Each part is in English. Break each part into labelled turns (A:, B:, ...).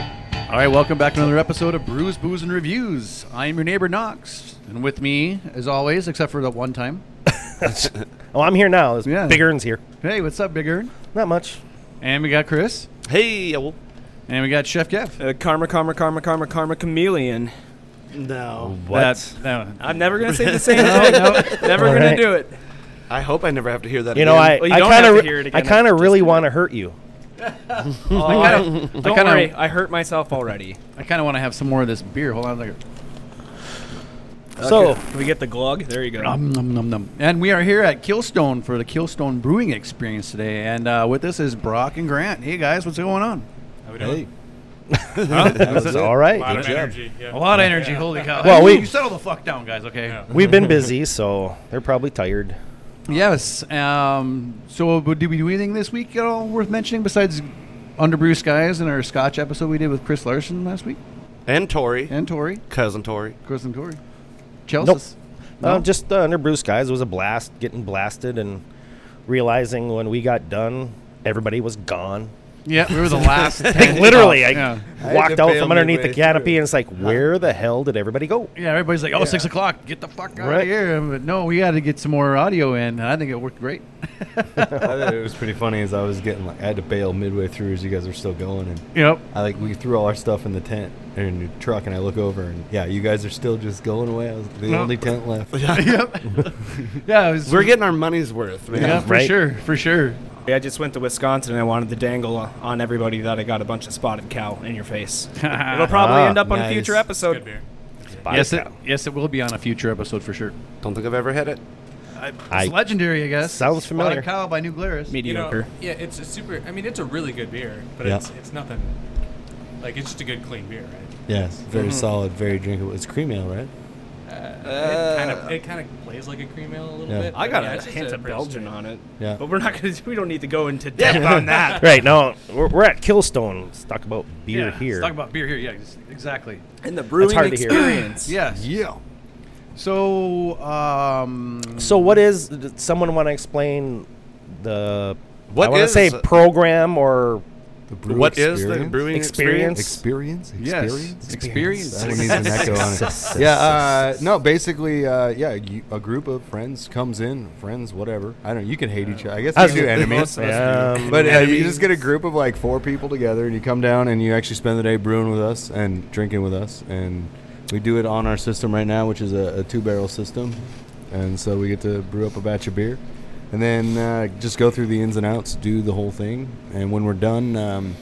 A: right, welcome back to another episode of Brews, Booze, and Reviews. I am your neighbor Knox, and with me, as always, except for that one time.
B: Oh, I'm here now. This
A: Yeah.
B: Big Earn's here.
A: Hey, what's up, Big Earn?
B: Not much.
A: And we got Chris,
C: Hey, well,
A: and we got Chef Kev.
D: Uh, karma, karma, karma, karma, karma, chameleon.
C: no.
A: That- that one.
D: I'm never gonna say the same.
A: No,
D: thing.
A: no.
D: Never
B: All
D: gonna
B: right.
D: do it.
C: I hope I never have to hear that.
B: You know, I
C: again.
D: Well, you
B: I
D: don't
B: kind
D: have
B: of
D: to hear it
B: I
D: again.
B: kind
D: Just
B: of really
D: do it.
B: want to hurt you.
D: Oh, I don't
A: kinda-
D: worry, I hurt myself already.
A: I kind of want to have some more of this beer. Hold on a second.
B: So
D: Can we get the glug? There you go.
A: Um, num, num, num. And we are here at Killstone for the Killstone Brewing Experience today. And uh, with us is Brock and Grant. Hey, guys, what's going on?
B: it's all right.
E: of energy. Yeah.
A: A
D: Oh,
A: lot of energy. Holy cow.
B: Well, we-
A: You settle the fuck down, guys, okay?
E: Yeah.
B: We've been busy, so they're probably tired.
A: Yes. Um, so, but did we do anything this week at all worth mentioning besides Underbrew Skies and our Scotch episode we did with Chris Larson last week
C: and Tori,
A: and Tori,
C: cousin Tori.
A: Chris and Tori, Chelsea.
B: Uh, just uh, under Bruce guys, it was a blast getting blasted and realizing when we got done, everybody was gone.
A: Yeah, we were the last.
B: Like literally, I
A: oh, yeah.
C: I had
B: walked
C: to
B: out
C: bail
B: from underneath the
C: midway
B: canopy
C: through.
B: and it's like, where the hell did everybody go?
A: Yeah, everybody's like, "Oh, six o'clock, get the fuck out
B: Right.
A: of here!" But no, we had to get some more audio in. and I think it worked great.
F: I thought it was pretty funny as I was getting like I had to bail midway through as you guys were still going and
A: Yep.
F: I like we threw all our stuff in the tent or in the truck and I look over and yeah you guys are still just going away I was the
A: No.
F: only tent left
A: yep. yeah, it was,
C: We're getting our money's worth, man.
A: yeah, for
B: Right.
A: sure, for sure.
D: Yeah, I just went to Wisconsin and I wanted to dangle on everybody that I got a bunch of spotted cow in your face. It'll probably
B: Ah,
D: end up on a
F: nice.
D: future
E: Good
D: episode.
E: beer.
B: Spotted
A: yes, it,
B: cow.
A: yes, it will be on a future episode for sure.
C: Don't think I've ever had it.
B: I-
A: it's legendary, I guess.
B: Sounds
A: Spotted
B: familiar.
A: Cow by New Glarus.
E: You know,
D: Mediocre.
E: yeah, it's a super. I mean, it's a really good beer, but
F: Yeah.
E: it's it's nothing. Like it's just a good clean beer, right?
F: yes very solid very drinkable it's cream ale right
E: it kind of it kind of plays like a cream ale a little
F: Uh, Yeah.
E: bit.
D: I
E: but
D: got
E: yeah,
D: a
E: it's just
D: hint of
E: pretty
D: Belgian
E: straight-
D: on it.
F: Yeah.
D: But we're not gonna. We don't need to go into depth on that.
B: Right now, we're, we're at Killstone. Let's talk about beer
A: yeah,
B: here.
A: Let's talk about beer here. Yeah, ex- exactly.
D: And the brewing
B: hard to hear.
D: experience.
A: Yes.
C: Yeah.
A: So, um,
B: So, what is? Did someone want to explain the?
C: What
B: I want to
C: is-
B: say program or
F: the brew
C: What is the
F: experience?
C: brewing
B: Experience.
C: experience?
F: experience
A: Yes.
F: experience
A: Experience.
F: That one needs an echo on it. yeah uh, no basically uh, yeah you, a group of friends comes in friends whatever I don't know you can hate each other I guess
B: I was-
F: you do enemies
E: Most of us
B: um,
F: But uh, you just get a group of like four people together, and you come down and you actually spend the day brewing with us and drinking with us, and we do it on our system right now, which is a, a two-barrel system, and so we get to brew up a batch of beer, and then uh, just go through the ins and outs, do the whole thing, and when we're done, um,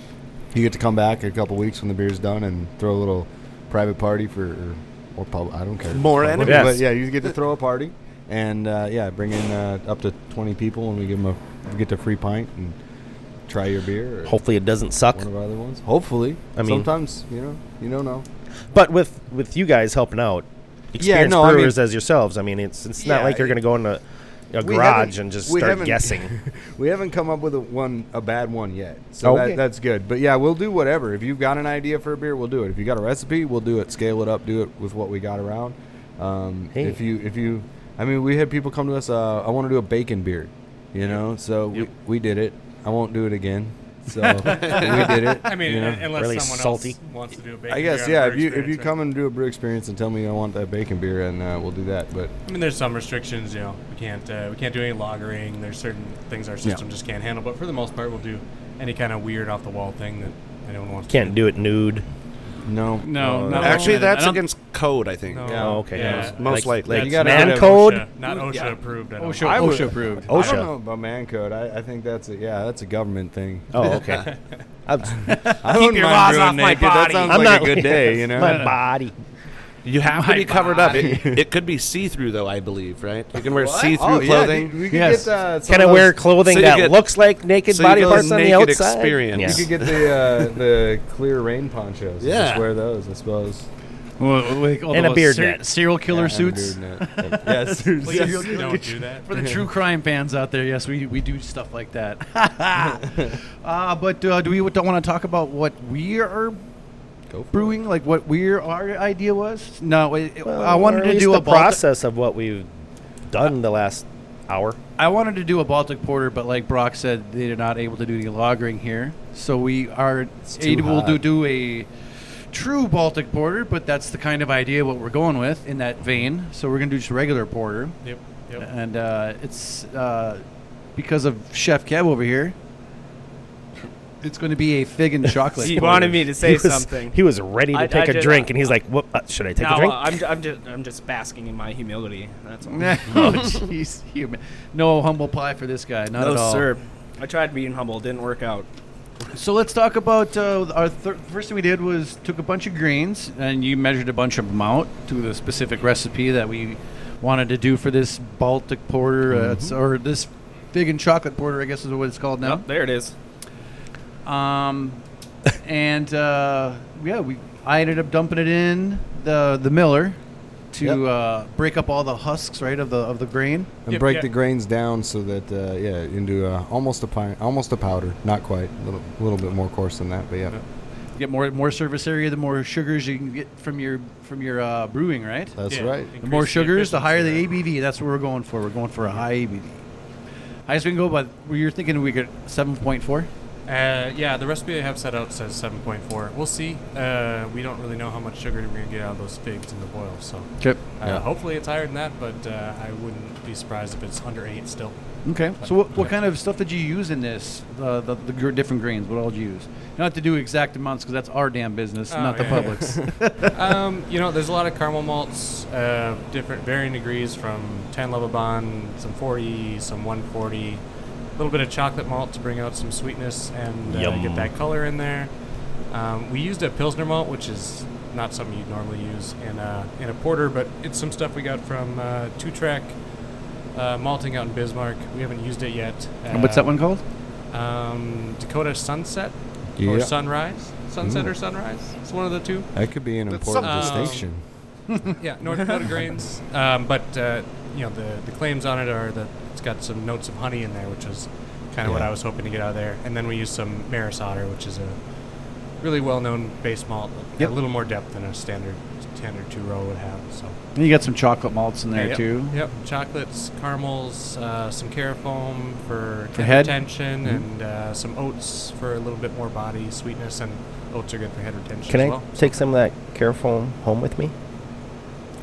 F: you get to come back in a couple weeks when the beer's done and throw a little private party for or, or pub. I don't care.
C: More
F: Public,
B: enemies.
F: But yeah, you get to throw a party, and uh, yeah, bring in uh, up to twenty people, and we give them a we get the free pint and try your beer. Or
B: hopefully it doesn't suck.
F: one of our other ones. Hopefully,
B: I mean-
F: sometimes you know you don't know.
B: But with with you guys helping out, experienced
F: no, I mean-
B: brewers as yourselves, I mean, it's it's not
F: Yeah,
B: like you're going to go in a, a
F: We
B: garage
F: haven't-
B: and just
F: we
B: start
F: haven't-
B: guessing.
F: we haven't come up with a one a bad one yet, so
B: Okay.
F: that, that's good. But yeah, we'll do whatever. If you've got an idea for a beer, we'll do it. If you got a recipe, we'll do it. Scale it up, do it with what we got around. Um,
B: Hey.
F: If you if you, I mean, we had people come to us. Uh, I want to do a bacon beer, you know. So we, we did it. I won't do it again. So we did it.
E: I mean,
F: you know?
E: un- unless
B: really
E: someone
B: salty.
E: else wants to do a bacon
F: I
E: beer
F: guess
E: on a
F: yeah.
E: brew
F: If you if you
E: experience,
F: come and do a brew experience and tell me I want that bacon beer, and uh, we'll do that. But
E: right? I mean, there's some restrictions. You know, we can't uh, we can't do any lagering. There's certain things our system just can't handle. But for the most part, we'll do any kind of weird off the wall thing that anyone wants.
B: Can't
E: to
B: do it nude.
F: no,
A: No,
F: uh,
A: no.
C: Actually,
A: I
C: that's
A: don't-
C: against code, I think.
E: No.
F: Yeah.
B: Oh, okay.
E: Yeah.
B: Like-
C: Most likely.
B: like
F: You gotta
B: man
F: have
B: code.
E: not OSHA
F: Yeah.
E: approved. I don't
A: OSHA,
E: think.
F: I would-
A: OSHA approved.
F: I
B: OSHA.
F: don't know about man code. I, I think that's a, yeah, that's a government thing.
B: Oh, okay. I'm,
F: I Keep
D: your laws off my
F: That
D: body.
F: sounds
B: I'm
F: like
B: not
F: a good day, you know.
B: my body.
C: You have to
A: My
C: be covered up. It, it could be see-through, though. I believe, right? You can wear see-through
F: Oh, yeah,
C: clothing.
F: we could
A: Yes.
F: get uh, some
B: Can I
F: of
B: wear
F: those-
B: clothing
C: so you
B: that
C: get-
B: looks like naked
C: so you
B: body
C: get a
B: parts on the
C: naked
B: outside?
C: experience.
B: Yeah.
C: You
F: You could get the uh, the clear rain ponchos. and
C: Yeah.
F: just wear those, I suppose.
A: Well, like all
B: And a
A: those
B: beard
A: ser-
B: net.
A: serial killer
F: Yeah, and a
A: suits.
F: beard and that. Yeah, suits.
A: Please
F: Yes.
E: don't do that.
A: For the true crime fans out there, yes, we, we do stuff like that. uh, but uh, do we don't want to talk about what we are
F: Go for
A: brewing, like what we're, our idea was? No, it, it- I
B: Well, or
A: wanted
B: at
A: to
B: least
A: do
B: the
A: a Baltic,
B: process of what we've done the last hour.
A: I wanted to do a Baltic Porter, but like Brock said, they are not able to do any lagering here, so we are
F: too
A: able to
F: hot.
A: do a true Baltic porter, but that's the kind of idea what we're going with in that vein. So we're gonna do just regular porter,
E: Yep. Yep.
A: and uh, it's uh, because of Chef Kev over here. It's going to be a fig and chocolate.
D: He
A: porter.
D: wanted me to say
B: he was,
D: something.
B: He was ready to
D: I-
B: take a
D: I did-
B: drink, and he's like, "What? Uh, should I take
D: no,
B: a drink?"
D: uh, I'm, I'm just I'm just basking in my humility. That's all.
A: oh jeez, human. No humble pie for this guy. Not
D: no,
A: at all.
D: sir. I tried being humble. Didn't work out.
A: So let's talk about uh, our thir- first thing we did was took a bunch of greens and you measured a bunch of them out to the specific recipe that we wanted to do for this Baltic porter uh, it's-
F: Mm-hmm.
A: or this fig and chocolate porter, I guess is what it's called now.
D: Yep, there it is.
A: Um, and uh, yeah, we I ended up dumping it in the the miller to
F: Yep.
A: uh, break up all the husks right of the of the grain.
F: and
E: Yep,
F: break
E: yep.
F: the grains down so that uh, yeah into uh, almost a pine, almost a powder, not quite, a little, little bit more coarse than that, but yeah,
A: You get more more surface area, the more sugars you can get from your from your uh, brewing, right?
F: that's
E: Yeah.
F: right.
E: Increase
A: The more sugars, the higher the
E: efficiency
A: ABV. That's what we're going for. We're going for a high ABV. Highest we can go, but you're thinking we get 7.4.
E: there. Uh, yeah, the recipe I have set out says 7.4. We'll see. Uh, we don't really know how much sugar we're going to get out of those figs in the boil, so.
A: Okay.
E: Uh, Hopefully it's higher than that, but uh, I wouldn't be surprised if it's under 8 still.
A: Okay. So what, what kind of stuff did you use in this? The the, the gr- different grains. What all did you use? You don't have to do exact amounts because that's our damn business,
E: Oh,
A: not the
E: yeah, yeah.
A: public's.
E: um, you know, there's a lot of caramel malts, uh, different varying degrees from 10 Lebanon, some 40, some 140. A little bit of chocolate malt to bring out some sweetness and uh,
B: Yum.
E: get that color in there. Um, we used a Pilsner malt, which is not something you'd normally use in a, in a porter, but it's some stuff we got from uh, Two Track uh, Malting out in Bismarck. We haven't used it yet.
A: and what's that one called?
E: Um, Dakota Sunset
F: Yeah.
E: or Sunrise. Sunset or Sunrise? It's one of the two
F: That could be an
C: That's
F: important
E: something.
F: distinction.
E: yeah, North Dakota grains. Um, but uh, you know, the the claims on it are that it's got some notes of honey in there, which is kind of what
F: Yeah.
E: I was hoping to get out of there. And then we used some Maris Otter, which is a really well-known base malt, that
A: Yep.
E: a little more depth than a standard standard two row would have. So
A: And you got some chocolate malts in there
E: yep,
A: too.
E: Yep, chocolates, caramels, uh, some carafoam for,
A: For head? Mm-hmm.
E: retention, and uh, some oats for a little bit more body sweetness. And oats are good for head retention
B: Can
E: as
B: I
E: well.
B: take some of that Carafone home with me?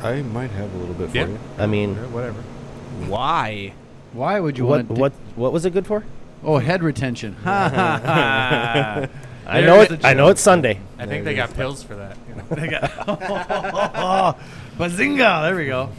B: Um,
F: I might have a little bit for
E: Yeah.
F: you.
B: I mean,
E: Or whatever.
D: Why?
A: Why would you
B: what
A: want?
B: what what was it good for?
A: Oh, head retention. Ha ha ha.
B: I
A: There's
B: know
A: the
B: it. I know
A: joke.
B: it's Sunday.
E: I think they got pills for that. You know?
A: They got- Bazinga! There we go.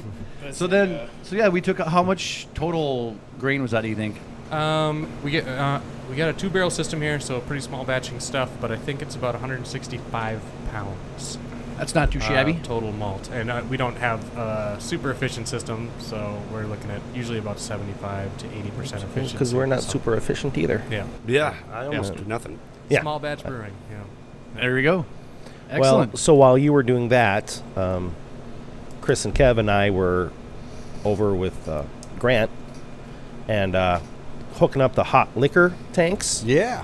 A: So then, so yeah, we took how much total grain was that? Do you think?
E: Um, we get uh, we got a two barrel system here, so pretty small batching stuff. But I think it's about 165 pounds
A: That's not too
E: uh,
A: shabby.
E: total malt, and uh, we don't have a super efficient system, so we're looking at usually about 75 to 80 percent efficiency.
B: Because we're not
E: so-
B: super efficient either.
E: Yeah.
C: Yeah, I almost do nothing.
B: Yeah.
E: Small batch brewing. You know.
A: there we go.
B: Well,
A: Excellent.
B: so while you were doing that, um, Chris and Kev and I were over with uh, Grant and uh, hooking up the hot liquor tanks.
F: Yeah,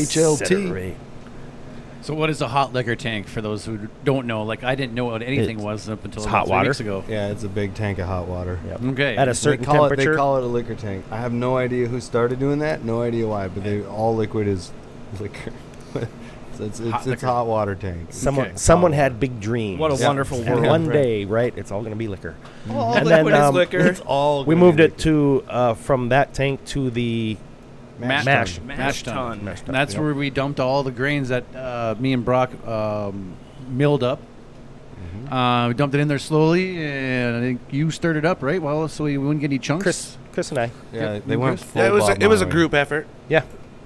F: HLT.
B: Incinerate.
A: so, what is a hot liquor tank for those who don't know? Like, I didn't know what anything
B: It's-
A: was up until
B: it's
A: about
B: hot
A: three
B: water.
A: weeks ago.
F: Yeah, it's a big tank of hot water.
B: Yep.
A: Okay.
B: At a
A: They
B: certain
F: they call
B: temperature.
F: It, they call it a liquor tank. I have no idea who started doing that. No idea why. But they all liquid is liquor. so it's it's,
A: Hot
F: it's
A: liquor.
F: hot water tank. Oh.
B: someone
A: Okay.
B: someone had big dreams.
D: What a
F: Yeah.
D: wonderful
B: and
D: world.
B: one day, right? It's all going to be liquor.
D: All
B: And
D: liquid
B: then,
D: is
B: um,
D: liquor.
F: It's all.
B: We
F: gonna be
B: moved it
F: liquor.
B: to uh, from that tank to the
A: mash,
B: mash.
A: tun.
D: Mash
A: Mash tun.
D: tun.
B: Mash tun,
A: And that's
B: yep.
A: where we dumped all the grains that uh, me and Brock um, milled up.
B: Mm-hmm.
A: Uh, we dumped it in there slowly, and I think you stirred it up, right? Well, so we wouldn't get any chunks.
B: Chris, Chris and I.
F: Yeah,
A: Yep.
F: they went.
A: Yeah,
F: Full
C: Yeah, it was
F: Bob
C: a, it was a
F: Marley.
C: group effort.
B: Yeah,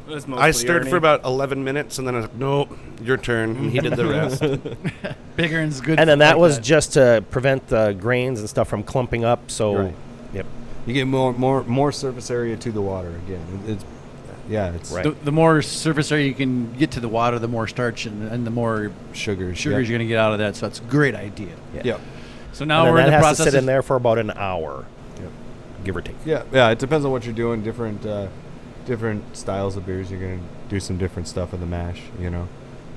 D: It was
C: I
D: mostly
C: stirred
D: Ernie.
C: for about 11 minutes, and then I was like, "Nope, your turn." And he did the rest.
A: Bigger and's good.
B: and then that
A: like
B: was just to prevent the grains and stuff from clumping up. So,
F: Right.
B: yep,
F: You get more more more surface area to the water again. It, it's yeah, it's
B: Right.
A: The, the more surface area you can get to the water, the more starch and, and the more
F: sugar.
A: sugars you're going to get out of that. So that's a great idea.
B: yeah.
F: Yep.
A: So
B: And
A: now
B: then
A: we're in
B: that
A: the
B: has to
A: process.
B: sit
A: of-
B: in there for about an hour,
F: Yep.
B: give or take.
F: Yeah, yeah. It depends on what you're doing. Different, uh, different styles of beers. You're gonna do some different stuff in the mash, you know.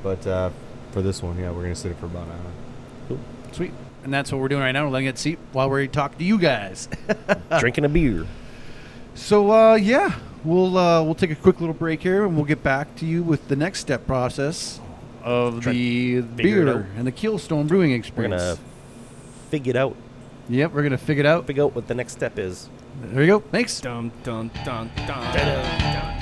F: But uh, for this one, yeah, we're gonna sit it for about an hour.
A: Sweet. And that's what we're doing right now. We're letting it seep while we talk to you guys. Ah.
B: Drinking a beer.
A: so uh, yeah, we'll uh, we'll take a quick little break here, and we'll get back to you with the next step process of
B: Try to
A: the
B: figure it
A: beer
B: out.
A: and the Keelstone Brewing
B: We're
A: Experience.
B: gonna figure it out.
A: yep, we're gonna figure it out.
B: Figure out what the next step is.
A: There you go. Thanks.
D: Dum dum dum dum. dum.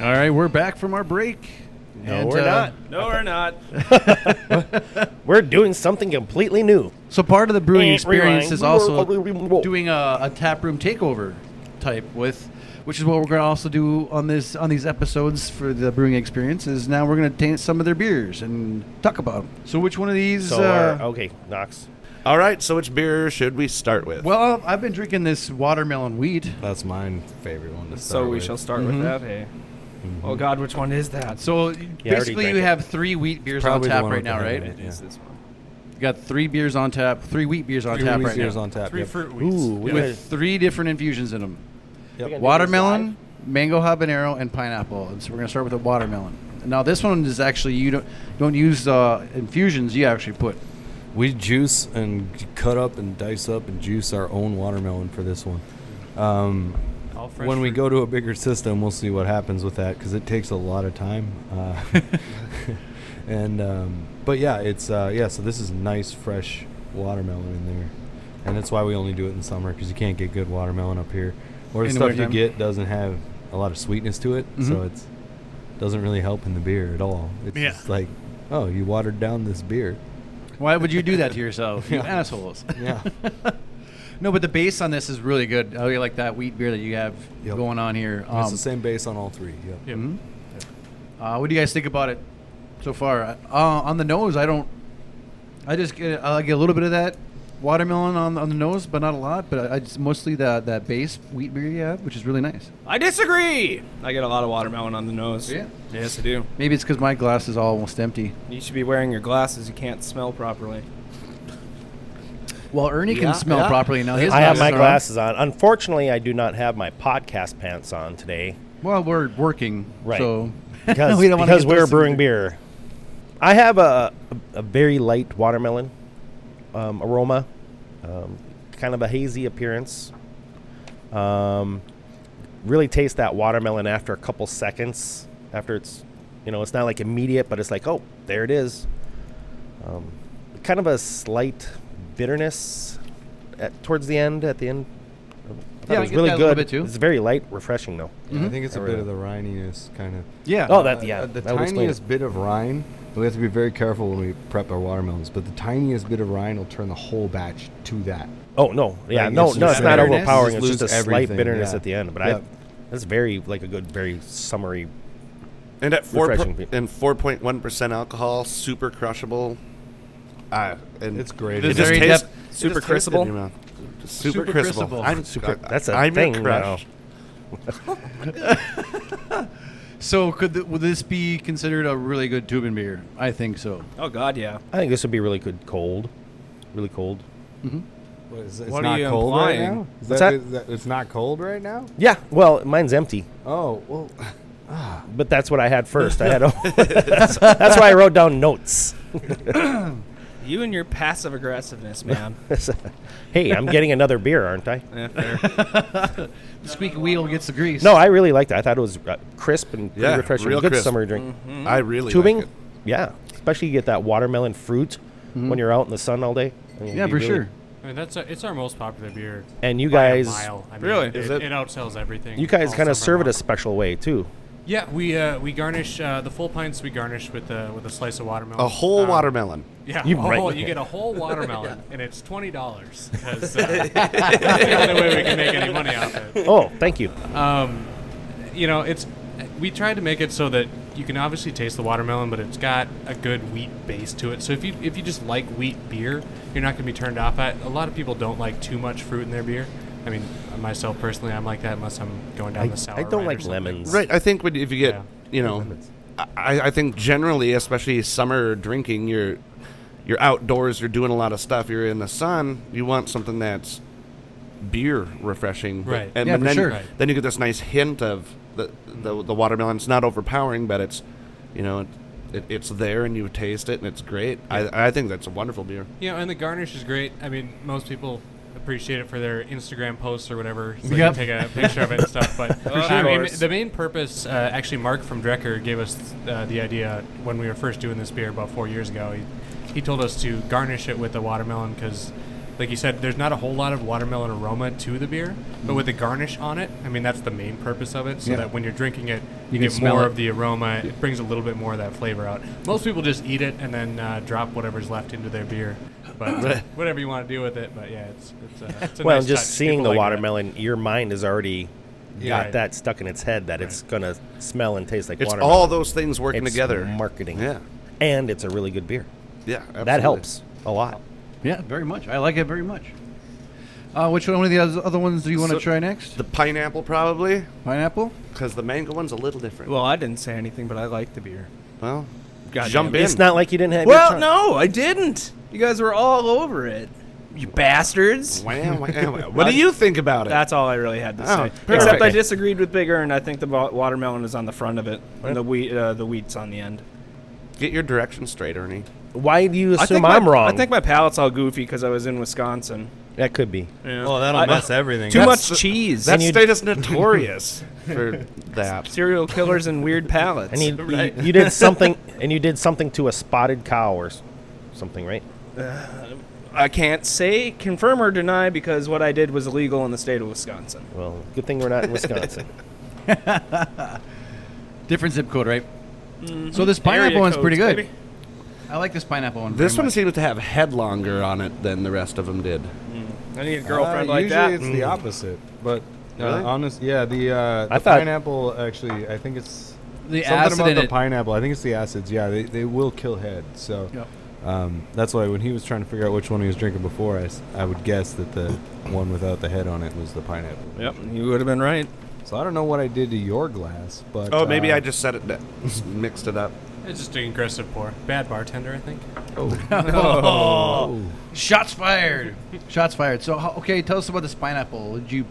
A: All right, we're back from our break. uh,
B: No, we're not.
D: No, we're not.
B: We're doing something completely new.
A: So part of the brewing
B: Eh,
A: experience
B: rewind.
A: is also
B: Rewind.
A: doing a, a tap room takeover type with, which is what we're going to also do on this on these episodes for the brewing experience. Is now we're going to taint some of their beers and talk about them. So which one of these?
B: So
A: uh,
B: our, okay, Knox.
C: All right, so which beer should we start with?
A: well, I've been drinking this watermelon wheat.
F: That's my favorite one to start
D: So we
F: with.
D: shall start with that. Hey. Oh God, which one is that?
A: So basically,
B: drank
A: you
B: it.
A: have three wheat beers on
F: Probably the
A: tap
F: one
A: right
F: with the
A: now,
F: honey
A: right?
F: in it,
D: It
F: yeah.
D: is this one.
A: You got three beers on tap, three wheat beers on
F: Three
A: tap
F: wheat
A: right
F: beers
A: now,
F: on tap.
E: Three
F: yep.
E: fruit wheats.
B: Ooh, we
E: Yeah.
B: got-
A: with three different infusions in them:
B: We're gonna do this
A: watermelon,
B: live.
A: mango habanero, and pineapple. And so we're gonna start with the watermelon. Now this one is actually you don't don't use uh, infusions. You actually put
F: We juice and cut up and dice up and juice our own watermelon for this one. Um,
E: All fresh
F: when we
E: fruit.
F: go to a bigger system, we'll see what happens with that because it takes a lot of time. Uh, and um, but yeah, it's uh, yeah. So this is nice fresh watermelon in there, and that's why we only do it in summer because you can't get good watermelon up here. Or the
A: In the
F: stuff you
A: wintertime.
F: get doesn't have a lot of sweetness to it, so
A: Mhm.
F: it's doesn't really help in the beer at all. It's
E: Yeah.
F: just like, oh, you watered down this beer.
A: Why would you do that to yourself, you assholes?
F: Yeah.
A: no, but the base on this is really good. I really like that wheat beer that you have
F: Yep.
A: going on here.
F: it's the same base on all three. Yep.
E: Yep.
A: Mhm. Uh, what do you guys think about it so far? Uh, on the nose, I don't. I just get, I get a little bit of that watermelon on, on the nose, but not a lot. But I, I just mostly that that base wheat beer you have, which is really nice.
D: I disagree. I get a lot of watermelon on the nose.
A: Yeah.
D: Yes, I do.
A: Maybe it's because my glass is almost empty.
D: You should be wearing your glasses. You can't smell properly.
A: Well, Ernie
C: Yeah,
A: can smell
C: yeah.
A: properly now. His
B: I have
A: glasses
B: my
A: are on.
B: glasses on. Unfortunately, I do not have my podcast pants on today
A: Well, we're working,
B: Right.
A: So
B: because
A: we
B: we
A: don't wanna
B: because
A: get
B: we're
A: those
B: brewing beer. I have a, a, a very light watermelon um, aroma, um, kind of a hazy appearance. Um, really taste that watermelon after a couple seconds after it's you know it's not like immediate, but it's like oh there it is. Um, kind of a slight bitterness at, towards the end. At the end, I thought
A: Yeah, I
B: it was
A: get
B: really
A: that a
B: good.
A: little bit too.
B: It's very light, refreshing though.
F: I think it's a
B: I
F: bit
B: really-
F: of the rhininess kind of.
A: yeah.
B: Oh, that yeah,
F: Uh, the
B: that would explain it.
F: tiniest bit of rind. We have to be very careful when we prep our watermelons, but the tiniest bit of rind will turn the whole batch to that.
B: Oh no, yeah,
F: Like,
B: no,
F: it's
B: no,
F: just
B: it's not
A: bitterness.
B: overpowering.
F: Just
B: It's just a slight
F: lose everything,
B: bitterness
F: yeah.
B: at the end. But
F: Yep.
B: I, that's very like a good, very summary.
C: and at four
B: Refreshing
C: po-
B: beer.
C: and four point one percent alcohol, super crushable. Uh, and
F: It's great.
C: It
A: It's
C: just
A: very
C: tastes
A: dep-
C: it
D: super
C: just tastes in
D: crispable.
C: your mouth. Super,
A: Super
C: crispable.
A: crispable.
C: I'm
B: Super-
C: I-
B: that's a
C: I'm your
B: thing
C: crush.
A: So could th- would this be considered a really good Tubin beer? I think so.
D: Oh God, yeah.
B: now. I think this would be really good cold, really cold.
F: What, is, it's
D: What are
F: not
D: you
F: cold right
D: implying?
F: now. Is
B: What's
F: that,
B: that?
F: is that- It's not cold right now.
B: Yeah, well, mine's empty,
F: Oh well,
B: but that's what I had first. I had that's, that's why I wrote down notes.
D: You and your passive aggressiveness, man.
B: hey, I'm getting another beer, aren't I?
D: yeah, fair.
A: The squeaky wheel gets the grease.
B: No, I really liked it. I thought it was uh, crisp and pretty
C: Yeah,
B: refreshing.
C: real
B: good
C: crisp.
B: summer drink.
C: I really
B: Tubing,
C: Like it.
B: yeah, especially you get that watermelon fruit when you're out in the sun all day. I mean,
A: yeah,
B: you
A: for
B: really-
A: sure.
E: I mean, that's a, it's our most popular beer.
B: And you
E: by a
B: guys,
E: mile. I mean,
D: Really?
E: It,
C: Is
E: it,
C: it-
E: outsells everything.
B: you guys
E: all
B: kind of
E: summer
B: serve it
E: long.
B: a special way too.
E: Yeah, we uh, we garnish uh, the full pints. We garnish with a with a slice of watermelon.
C: A whole
E: Um,
C: watermelon.
E: Yeah,
B: You
E: a whole,
B: right.
E: you get a whole watermelon, and it's twenty dollars. Because uh, that's the only way we can make any money off it.
B: Oh, thank you.
E: Um, you know, it's we tried to make it so that you can obviously taste the watermelon, but it's got a good wheat base to it. So if you if you just like wheat beer, you're not going to be turned off at. it. A lot of people don't like too much fruit in their beer. I mean, myself personally, I'm like that unless I'm going down
B: I,
E: the sour.
B: I don't
E: ride or
B: like
E: something.
B: lemons.
C: Right. I think when, if you get,
E: Yeah.
C: you know, I, I think generally, especially summer drinking, you're you're outdoors, you're doing a lot of stuff, you're in the sun. You want something that's beer refreshing, but-
E: Right. Mm-hmm.
C: And,
A: Yeah,
C: but
A: for
C: then
A: sure.
E: Right.
C: then you get this nice hint of the the, the watermelon. It's not overpowering, but it's you know, it, it, it's there and you taste it and it's great. I, I think that's a wonderful beer.
E: You know, and the garnish is great. I mean, most people appreciate it for their Instagram posts or whatever. So
A: Yep.
E: they can take a picture of it and stuff. But I
D: sure.
E: mean,
D: course.
E: the main purpose, uh, actually, Mark from Drecker gave us uh, the idea when we were first doing this beer about four years ago. He, he told us to garnish it with a watermelon because, like you said, there's not a whole lot of watermelon aroma to the beer. But with the garnish on it, I mean, that's the main purpose of it. So
A: Mm. Yeah.
E: that when you're drinking it,
A: You
E: you,
A: can
E: get
A: smell
E: more
A: it.
E: of the aroma. It brings a little bit more of that flavor out. Most people just eat it and then uh, drop whatever's left into their beer, but uh, whatever you want to do with it. But yeah, it's it's, uh, it's a
B: well,
E: nice
B: just
E: touch.
B: seeing
E: People
B: the
E: like that.
B: watermelon, your mind has already
E: Yeah.
B: got that stuck in its head that it's gonna smell and taste like
C: It's
B: watermelon.
C: all those things working
B: It's
C: together.
B: marketing.
C: Yeah.
B: and it's a really good beer.
C: Yeah. Absolutely.
B: That helps a lot.
A: Yeah, very much. I like it very much. Uh, which one of the oth- other ones do you want to
C: So-
A: try next?
C: The pineapple probably
A: pineapple.
C: because the mango one's a little different.
D: Well, I didn't say anything, but I like the beer.
C: Well,
D: God
C: jump in.
B: It's not like you didn't have. your
D: Well,
B: time.
D: no, I didn't. You guys were all over it. You bastards.
C: Wow, wow, wow. What do you think about it?
D: That's all I really had to
C: Oh,
D: say.
C: perfect.
D: Except I disagreed with Big Earn. I think the wa- watermelon is on the front of it, and the wheat, uh, the wheat's on the end.
C: Get your directions straight, Ernie.
B: Why do you
D: I
B: assume
D: think my-
B: I'm wrong?
D: I think my palate's all goofy because I was in Wisconsin.
B: that could be.
F: Well, that'll
D: I-
F: mess everything.
D: Too
F: up.
D: much cheese.
C: That
B: you-
C: state is notorious for that.
D: serial killers and weird palates.
B: And you, you- you, did something, and you did something to a spotted cow or s- something, right?
D: I can't say confirm or deny because what I did was illegal in the state of Wisconsin.
B: Well, good thing we're not in Wisconsin.
A: Different zip code, right? So this pineapple
D: Mm-hmm. Area
A: one's
D: codes,
A: pretty good.
D: baby.
A: I like this pineapple one.
C: This
A: very
C: one
A: much.
C: seems to have head longer on it than the rest of them did.
D: I need a girlfriend
F: Uh,
D: like
F: usually
D: that. Mm.
F: it's the opposite, but uh,
C: Really?
F: honest, yeah, the, uh, the
B: I thought-
F: pineapple actually. I think it's
A: The
F: something
A: acid
F: about
A: in
F: the
A: it-
F: pineapple. I think it's the acids. Yeah, they, they will kill head. So
A: Yep.
F: um, that's why when he was trying to figure out which one he was drinking before, I, s- I would guess that the one without the head on it was the pineapple.
D: Yep, you would have been right.
F: So I don't know what I did to your glass, but
C: Oh, maybe
F: uh,
C: I just set it, da- mixed it up.
E: It's just an aggressive pour. Bad bartender, I think.
F: Oh,
A: Shots fired. Shots fired. So ho- okay, tell us about this pineapple. Did you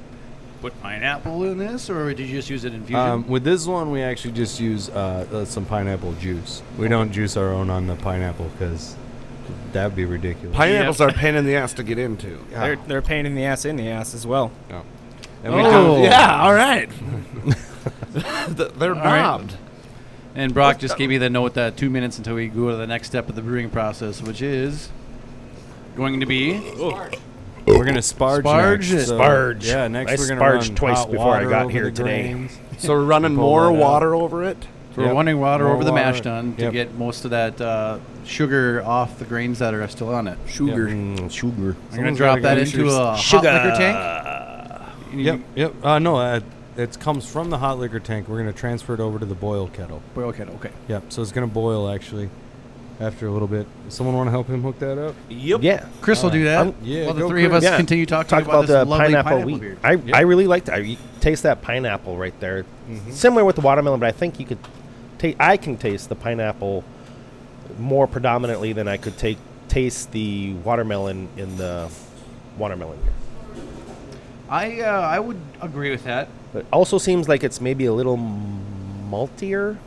A: put pineapple in this, or did you just use it in fusion?
F: Um, with this one, we actually just use uh, uh, some pineapple juice. We don't juice our own on the pineapple because that'd be ridiculous.
C: Pineapples are a pain in the ass to get into.
F: Yeah.
D: They're they're a pain in the ass in the ass as well.
F: Oh.
A: oh,
F: And we don't-
C: Yeah, all right. Th- They're
A: right.
C: knobbed.
A: and Brock just gave me the note that two minutes until we go to the next step of the brewing process, which is going to be
F: We're gonna sparge.
A: Sparge
F: next,
A: it.
F: so-
B: Sparge.
F: Yeah, next
B: I
F: we're gonna
B: sparged
F: run
B: twice
F: hot
B: before I
F: water
B: got
F: over
B: here
F: the
B: today.
F: grains.
C: So we're running
F: Pull
C: more
F: that out.
C: water over it.
A: we're
F: Yep.
A: running water
F: More
A: over the mash
F: water.
A: tun to
F: Yep.
A: get most of that uh, sugar off the grains that are still on it.
D: Sugar.
B: Mm, sugar.
A: I'm gonna
F: Someone's
A: drop
F: gotta
A: that
F: go
A: into a hot
B: Sugar.
A: liquor tank. And you
F: Yep, yep. Uh, no, uh, it comes from the hot liquor tank. We're gonna transfer it over to the boil kettle.
A: Boil kettle. Okay.
F: Yep. So it's gonna boil actually. After a little bit, someone want to help him hook that up?
D: Yep.
B: Yeah,
A: Chris will do that.
B: Um,
F: yeah,
A: while the
F: go
A: three of us
F: Chris.
B: Yeah.
A: continue talking
B: talk about,
A: this
B: the
A: lovely
B: pineapple,
A: pineapple
B: wheat.
A: beer.
B: I, I really like that. You taste that pineapple right there. Similar with the watermelon, but I think you could. Ta- I can taste the pineapple more predominantly than I could take taste the watermelon in the watermelon beer.
A: I uh, I would agree with that.
B: But it also seems like it's maybe a little maltier.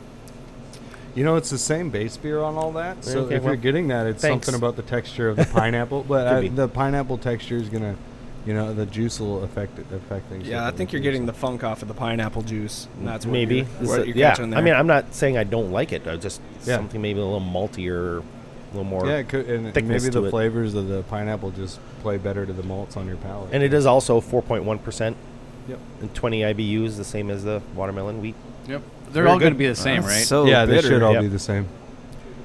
F: You know, it's the same base beer on all that. So
B: Okay,
F: if
B: well,
F: you're getting that, it's
B: thanks.
F: something about the texture of the pineapple. But
B: Could
F: uh
B: be.
F: the pineapple texture is gonna, you know, the juice will affect it, affect things.
D: Yeah, I think you're getting the funk off of the pineapple juice. and that's what
B: Maybe.
D: You're,
B: Is
D: what
B: it-
D: you're
B: yeah.
D: catching there.
B: I mean, I'm not saying I don't like it. I just
F: Yeah.
B: something maybe a little maltier, a little more.
F: Yeah, it could, and
B: thickness
F: maybe
B: to
F: the
B: it.
F: flavors of the pineapple just play better to the malts on your palate.
B: And it is also 4.1 percent
F: Yep.
B: and 20 IBUs, the same as the watermelon wheat.
A: Yep. They're
B: Very
A: all going to
B: good.
A: be the same, right?
D: So
F: yeah,
D: bitter.
F: they should all
B: Yep.
F: be the same.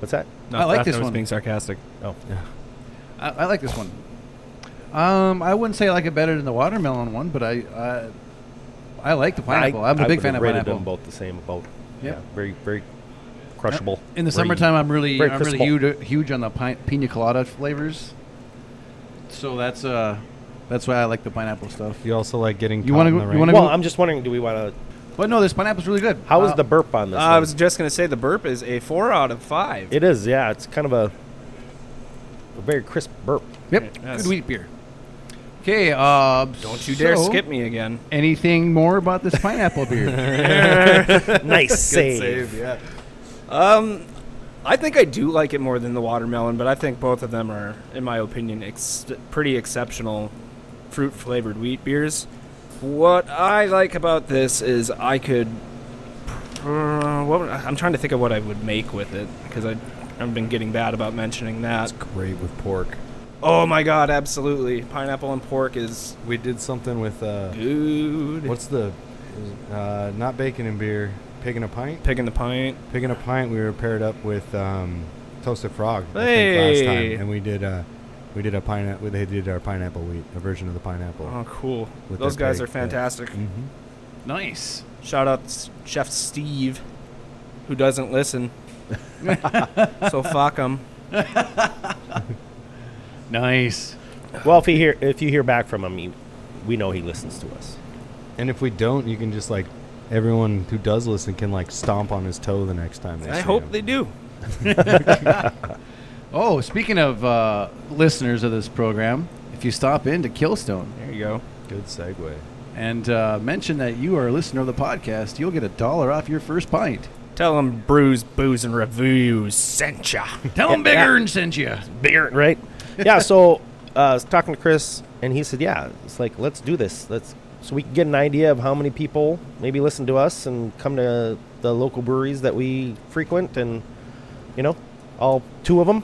B: What's that?
D: No,
A: I like
D: that-
A: this
D: that was
A: one.
D: Being sarcastic.
B: Oh,
A: I, I like this one. Um, I wouldn't say I like it better than the watermelon one, but I I, I like the pineapple. I, am a
B: a
A: big fan of
B: rated
A: pineapple.
B: Them both the same, both.
A: Yep.
B: Yeah, very very crushable.
A: In the
B: Very-
A: summertime, I'm really
B: very
A: I'm really
B: crispable.
A: huge, huge on the pine, pina colada flavors. So that's uh that's why I like the pineapple stuff.
F: You also like getting.
A: You
F: caught
A: wanna
F: in
A: go-
F: the
A: you
F: rain.
A: wanna-
B: Well, I'm just wondering, do we want to?
A: But no, this pineapple's really good.
B: How is
A: Uh,
B: the burp on
D: Uh,
B: this?
D: I
B: one?
D: was just gonna say the burp is a four out of five.
B: it is, yeah. It's kind of a, a very crisp burp.
A: Yep,
D: Yes.
A: good wheat beer. Okay, uh,
D: Don't you dare
A: so,
D: skip me again.
A: Anything more about this pineapple beer?
B: nice save.
F: yeah.
D: Um, I think I do like it more than the watermelon, but I think both of them are, in my opinion, ex- pretty exceptional fruit flavored wheat beers. What I like about this is I could. Uh, what would- I'm trying to think of what I would make with it because I I've been getting bad about mentioning that.
F: Great with pork.
D: Oh my god, absolutely! Pineapple and pork is
F: We did something with uh,
D: dude.
F: what's the uh, not bacon and beer, pig and a pint.
D: Pig in the pint.
F: Pig and a pint. We were paired up with um, toasted frog I think, last
D: Hey.
F: time, and we did uh, we did a pineapple. They did our pineapple wheat, a version of the pineapple.
D: Oh, cool.
F: With
D: Those
F: their
D: guys
F: pig,
D: are
F: yeah.
D: fantastic.
F: Mm-hmm.
A: Nice.
D: Shout out S- Chef Steve, who doesn't listen. so fuck him.
A: Nice.
B: Well, if he hear if you hear back from him, you, we know he listens to us.
F: And if we don't, you can just like everyone who does listen can like stomp on his toe the next time they.
D: I
F: see
D: hope
F: him.
D: they do.
A: Oh, speaking of uh, listeners of this program, if you stop in to Killstone
D: There you go.
F: Good segue.
A: and uh, mention that you are a listener of the podcast, you'll get a dollar off your first pint.
D: Tell him Brews, Booze, and Reviews sent ya.
A: Tell them Big Earn sent you.
B: Bigger, right? yeah. So uh, I was talking to Chris, and he said, "Yeah, it's like let's do this. Let's so we can get an idea of how many people maybe listen to us and come to the local breweries that we frequent, and you know, all two of them."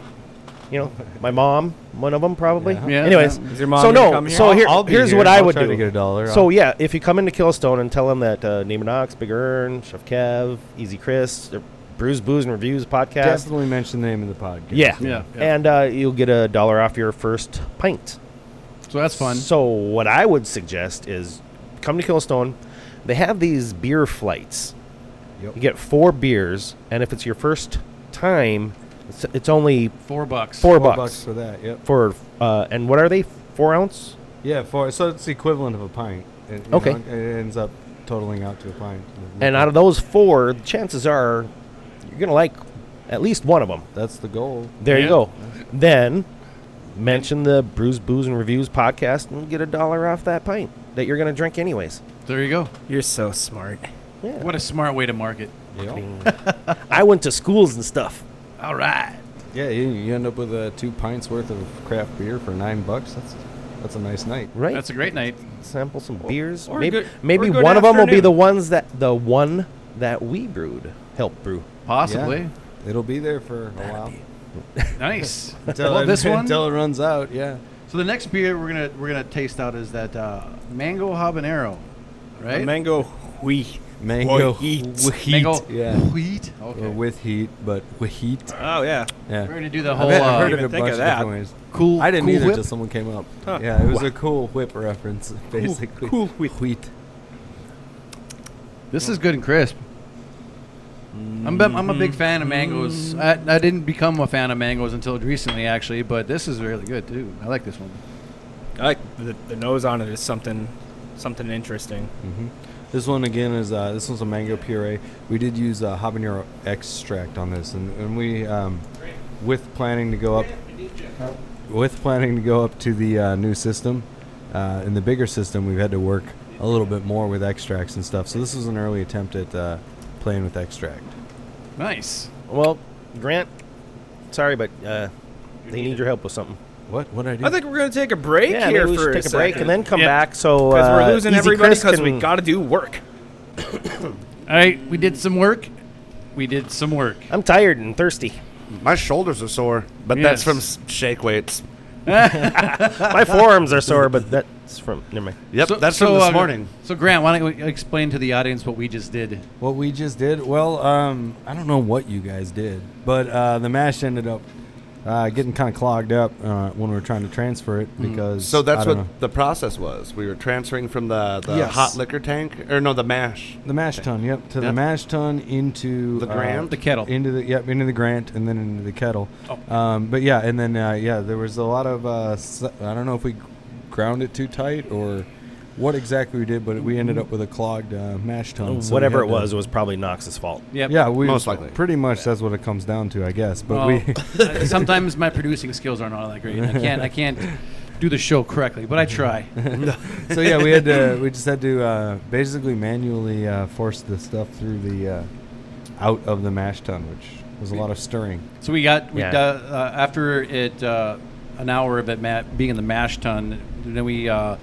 B: You know, my mom, one of them probably.
F: Yeah.
A: Yeah.
B: Anyways,
D: Is your mom
B: so
D: gonna
B: no,
D: come here?
B: so
F: I'll-
B: here,
F: I'll be
B: here's
F: here.
B: what I
F: I'll
B: would
F: try
B: do.
F: to get a dollar.
B: So
F: I'll-
B: yeah, if you come into Killstone and tell them that uh, Neighbor Knox, Big Earn, Chef Kev, Easy Chris, their Brews, Booze, and Reviews podcast,
F: Definitely mention the name of the podcast.
B: Yeah.
A: Yeah.
B: and uh, you'll get a dollar off your first pint.
A: So that's fun.
B: So what I would suggest is come to Killstone. They have these beer flights.
F: Yep.
B: You get four beers, and if it's your first time, it's, it's only
A: Four bucks.
B: four,
F: Four
B: bucks,
F: bucks for that. Yep.
B: for. Uh, and what are they? Four ounce?
F: Yeah, four. So it's the equivalent of a pint. It, you
B: Okay.
F: know, it ends up totaling out to a pint.
A: Mm-hmm.
B: And out of those four, chances are you're gonna like at least one of them.
F: that's the goal.
B: There
A: Yeah.
B: you go. Then mention the Brews, Booze, and Reviews podcast and get a dollar off that pint that you're gonna drink anyways.
A: There you go.
D: You're so smart.
B: Yeah.
A: What a smart way to market.
F: Yep.
B: I went to schools and stuff.
A: All right.
F: Yeah, you, you end up with uh, two pints worth of craft beer for nine bucks. That's that's a nice night.
B: Right.
A: That's a great night.
B: sample some beers.
D: or
B: maybe
D: good-
B: maybe
D: or good
B: one of them will be
D: afternoon.
B: the ones that the one that we brewed, help brew.
A: Possibly.
F: Yeah. it'll be there for a while
A: Nice.
F: until
A: well,
F: it,
A: this one.
F: until it runs out. Yeah,
A: So the next beer we're gonna we're gonna taste out is that uh, mango habanero,
D: A
A: right?
D: mango wheat.
F: mango
D: heat.
F: with heat.
A: mango
F: Yeah,
A: wheat.
F: Or
A: Okay.
F: with heat, but with heat.
D: Oh, yeah.
F: Yeah,
A: We're gonna do the
F: I've
A: whole
F: had- I've
A: uh,
F: heard it
D: Even
F: a
D: think
F: bunch
D: of
F: of
D: that.
F: different ways.
A: cool.
F: I didn't
A: cool
F: either.
A: whip.
F: Just someone came up.
D: Huh.
F: Yeah, it was a cool whip reference, basically.
D: cool whip.
F: Wheat.
A: This is good and crisp. I'm, be- I'm a big fan of mangoes. I, I didn't become a fan of mangoes until recently, actually, but this is really good too. I like this one.
D: I like the, the nose on it is something something interesting.
F: hmm This one again is uh, this one's a mango puree. We did use uh, habanero extract on this, and, and we um, with planning to go up with planning to go up to the uh, new system. Uh, in the bigger system, we've had to work a little bit more with extracts and stuff. So this was an early attempt at uh, playing with extract.
A: Nice.
B: Well, Grant, sorry, but uh, they need your help with something.
F: What what I do?
D: I think we're going to take a break
B: yeah,
D: here
B: maybe we
D: for
B: should
D: a
B: take a break
D: second.
B: and then come
A: Yeah.
B: back. So
D: 'Cause
B: uh,
D: we're losing
B: Easy
D: everybody
B: Chris
D: because we
B: can-
D: got to do work.
A: All right, we did some work. We did some work.
B: I'm tired and thirsty.
C: My shoulders are sore, but
A: Yes.
C: that's from s- shake weights.
B: My forearms are sore, but that's from never mind.
C: Yep,
A: So-
C: that's
A: so,
C: from this
A: uh,
C: morning.
A: So Grant, why don't you explain to the audience what we just did?
F: What we just did, well, um, I don't know what you guys did, but uh, the mash ended up uh, getting kind of clogged up uh, when we were trying to transfer it because.
C: Mm. So
F: I
C: that's
F: don't
C: what
F: know.
C: the process was. We were transferring from the, the
F: Yes.
C: hot liquor tank, or no, the mash.
F: the mash tun, yep, to the
A: Yep.
F: mash tun into
C: The
F: uh,
C: grand?
A: The kettle.
F: into the yep, into the grant, and then into the kettle.
A: Oh.
F: Um, but yeah, and then uh, yeah, there was a lot of uh, s- I don't know if we ground it too tight or what exactly we did, but we ended up with a clogged uh, mash tun. so we
B: Whatever
F: had
B: it
F: to-
B: was, it was probably Knox's fault.
A: Yep.
F: Yeah, we
C: Most likely.
F: Pretty much that's what it comes down to, I guess. But
A: Well,
F: we.
A: uh, sometimes my producing skills aren't all that great. I can't I can't do the show correctly, but I try.
F: so yeah, we had to. We just had to uh, basically manually uh, force the stuff through the. Uh, out of the mash tun, which was a lot of stirring.
A: So we got we
B: Yeah.
A: uh, uh, after it uh, an hour of it ma- being in the mash tun. Then we uh,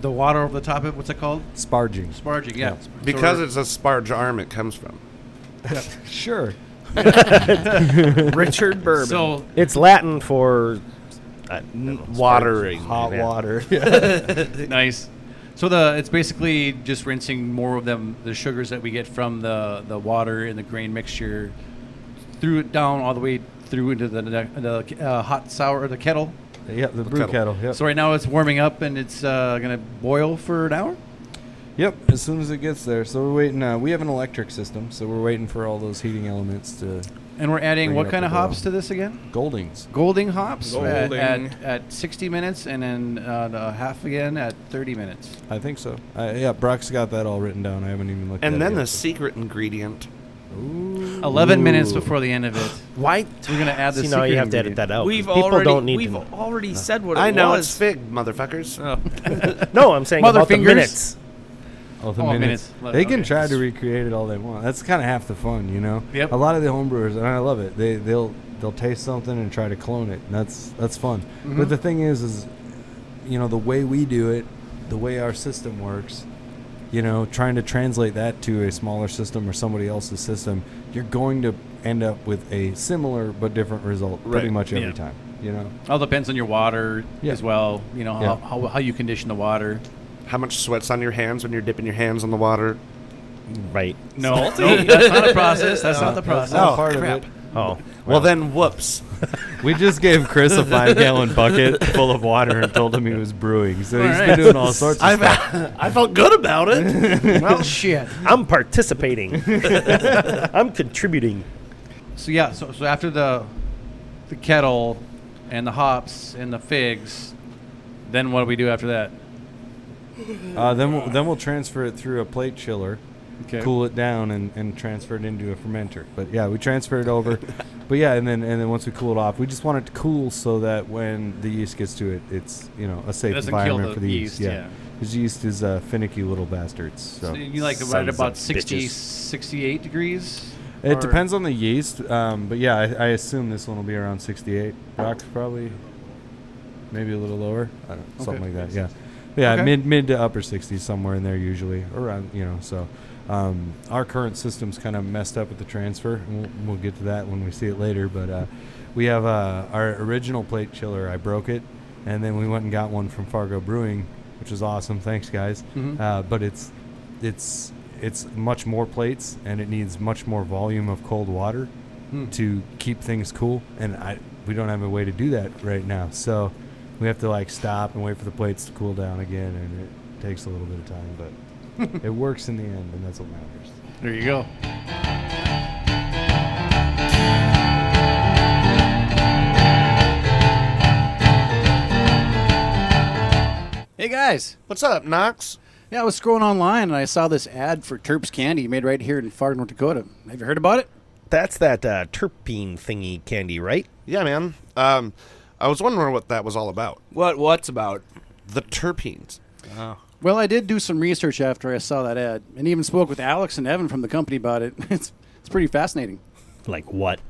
A: the water over the top of it. What's it called?
F: Sparging.
A: Sparging. Yeah. So
C: Because
A: we're-
C: it's a sparge arm it comes from.
F: Sure.
D: Richard Bourbon.
A: so
B: It's Latin for I don't know, sparge-
C: watering.
F: Hot
B: Yeah.
F: water.
A: nice. So the it's basically just rinsing more of them the sugars that we get from the the water and the grain mixture through it down all the way through into the ne- the uh, hot sour the kettle.
F: yep, the brew
C: kettle.
F: kettle. Yep.
A: So right now it's warming up and it's uh, gonna boil for an hour.
F: Yep, as soon as it gets there. So we're waiting. Uh, we have an electric system, so we're waiting for all those heating elements to
A: And we're adding
F: Bring it
A: what
F: up
A: kind
F: to
A: of
F: boil.
A: hops to this again?
F: Goldings.
A: Golding hops at-
D: Golding.
A: At, at, 60 minutes and then uh, the half again at 30 minutes.
F: I think so. I, yeah, Brock's got that all written down. I haven't even looked.
C: And
F: at
C: then
F: it
C: the
F: yet.
C: secret ingredient.
A: 11 minutes before the end of it.
B: Why?
A: We're gonna add the
B: See, now you
A: secret
B: have to edit
A: ingredient.
B: that out. 'cause
D: we've
B: people
D: already
B: don't need
D: we've
B: to know.
D: already said what it
C: I know it's
D: was.
C: fig, motherfuckers.
B: No, I'm saying
A: Mother
B: about the
A: fingers.
B: minutes.
F: Oh, the
A: Oh,
F: minutes.
A: minutes.
F: They can
A: Okay.
F: try to recreate it all they want. That's kind of half the fun, you know.
A: Yep.
F: A lot of the homebrewers, and I love it. They they'll they'll taste something and try to clone it. And that's that's fun.
A: Mm-hmm.
F: But the thing is, is you know the way we do it, the way our system works. You know, trying to translate that to a smaller system or somebody else's system, you're going to end up with a similar but different result pretty
C: Right.
F: much every
A: Yeah.
F: time. You know.
A: All depends on your water
F: Yeah.
A: as well. You know, how,
F: Yeah.
A: how, how you condition the water.
C: How much sweat's on your hands when you're dipping your hands in the water?
B: Right.
A: No, no, that's not a process. That's not the
F: That's
A: process.
F: not
C: Oh,
F: part
C: crap.
F: of it.
B: Oh.
C: Well, then, whoops.
F: We just gave Chris a five gallon bucket full of water and told him he was brewing. So he's
A: right.
F: been doing all sorts of
C: I've, I felt good about it.
A: well, shit.
B: I'm participating. I'm contributing.
A: So yeah, so, so after the the kettle and the hops and the figs, then what do we do after that?
F: Uh, then we'll, then we'll transfer it through a plate chiller,
A: Okay.
F: cool it down, and, and transfer it into a fermenter. But yeah, we transfer it over. but yeah, and then and then once we cool it off, we just want it to cool so that when the yeast gets to it, it's you know a safe
A: doesn't kill
F: environment
A: the
F: for the yeast.
A: yeast, yeah.
F: because yeast is uh, finicky little bastards. So,
A: So you like
B: Sons
A: right
B: of
A: about 60,
B: bitches.
A: 68 degrees?
F: it
A: Or-
F: depends on the yeast. Um, but yeah, I, I assume this one will be around 68. Rock's probably maybe a little lower, I don't, something like
A: Okay.
F: that. Yeah, yeah,
A: Okay.
F: mid mid to upper 60s somewhere in there usually around you know. So um, our current system's kind of messed up with the transfer, and we'll, we'll get to that when we see it later. But uh, we have uh, our original plate chiller. I broke it, and then we went and got one from Fargo Brewing, which is awesome. Thanks, guys.
A: Mhm.
F: Uh, but it's it's it's much more plates, and it needs much more volume of cold water
A: Hmm.
F: to keep things cool and I we don't have a way to do that right now. So we have to like stop and wait for the plates to cool down again and it takes a little bit of time, but it works in the end and that's what matters.
A: There you go. Hey guys.
C: What's up, Knox?
A: Yeah, I was scrolling online and I saw this ad for Terps Candy made right here in far North Dakota. Have you heard about it?
B: That's that uh, terpene thingy candy, right?
C: Yeah, man. Um, I was wondering what that was all about.
D: what what's about?
C: The terpenes.
G: Well, I did do some research after I saw that ad, and even spoke with Alex and Evan from the company about it. It's it's pretty fascinating.
B: Like what?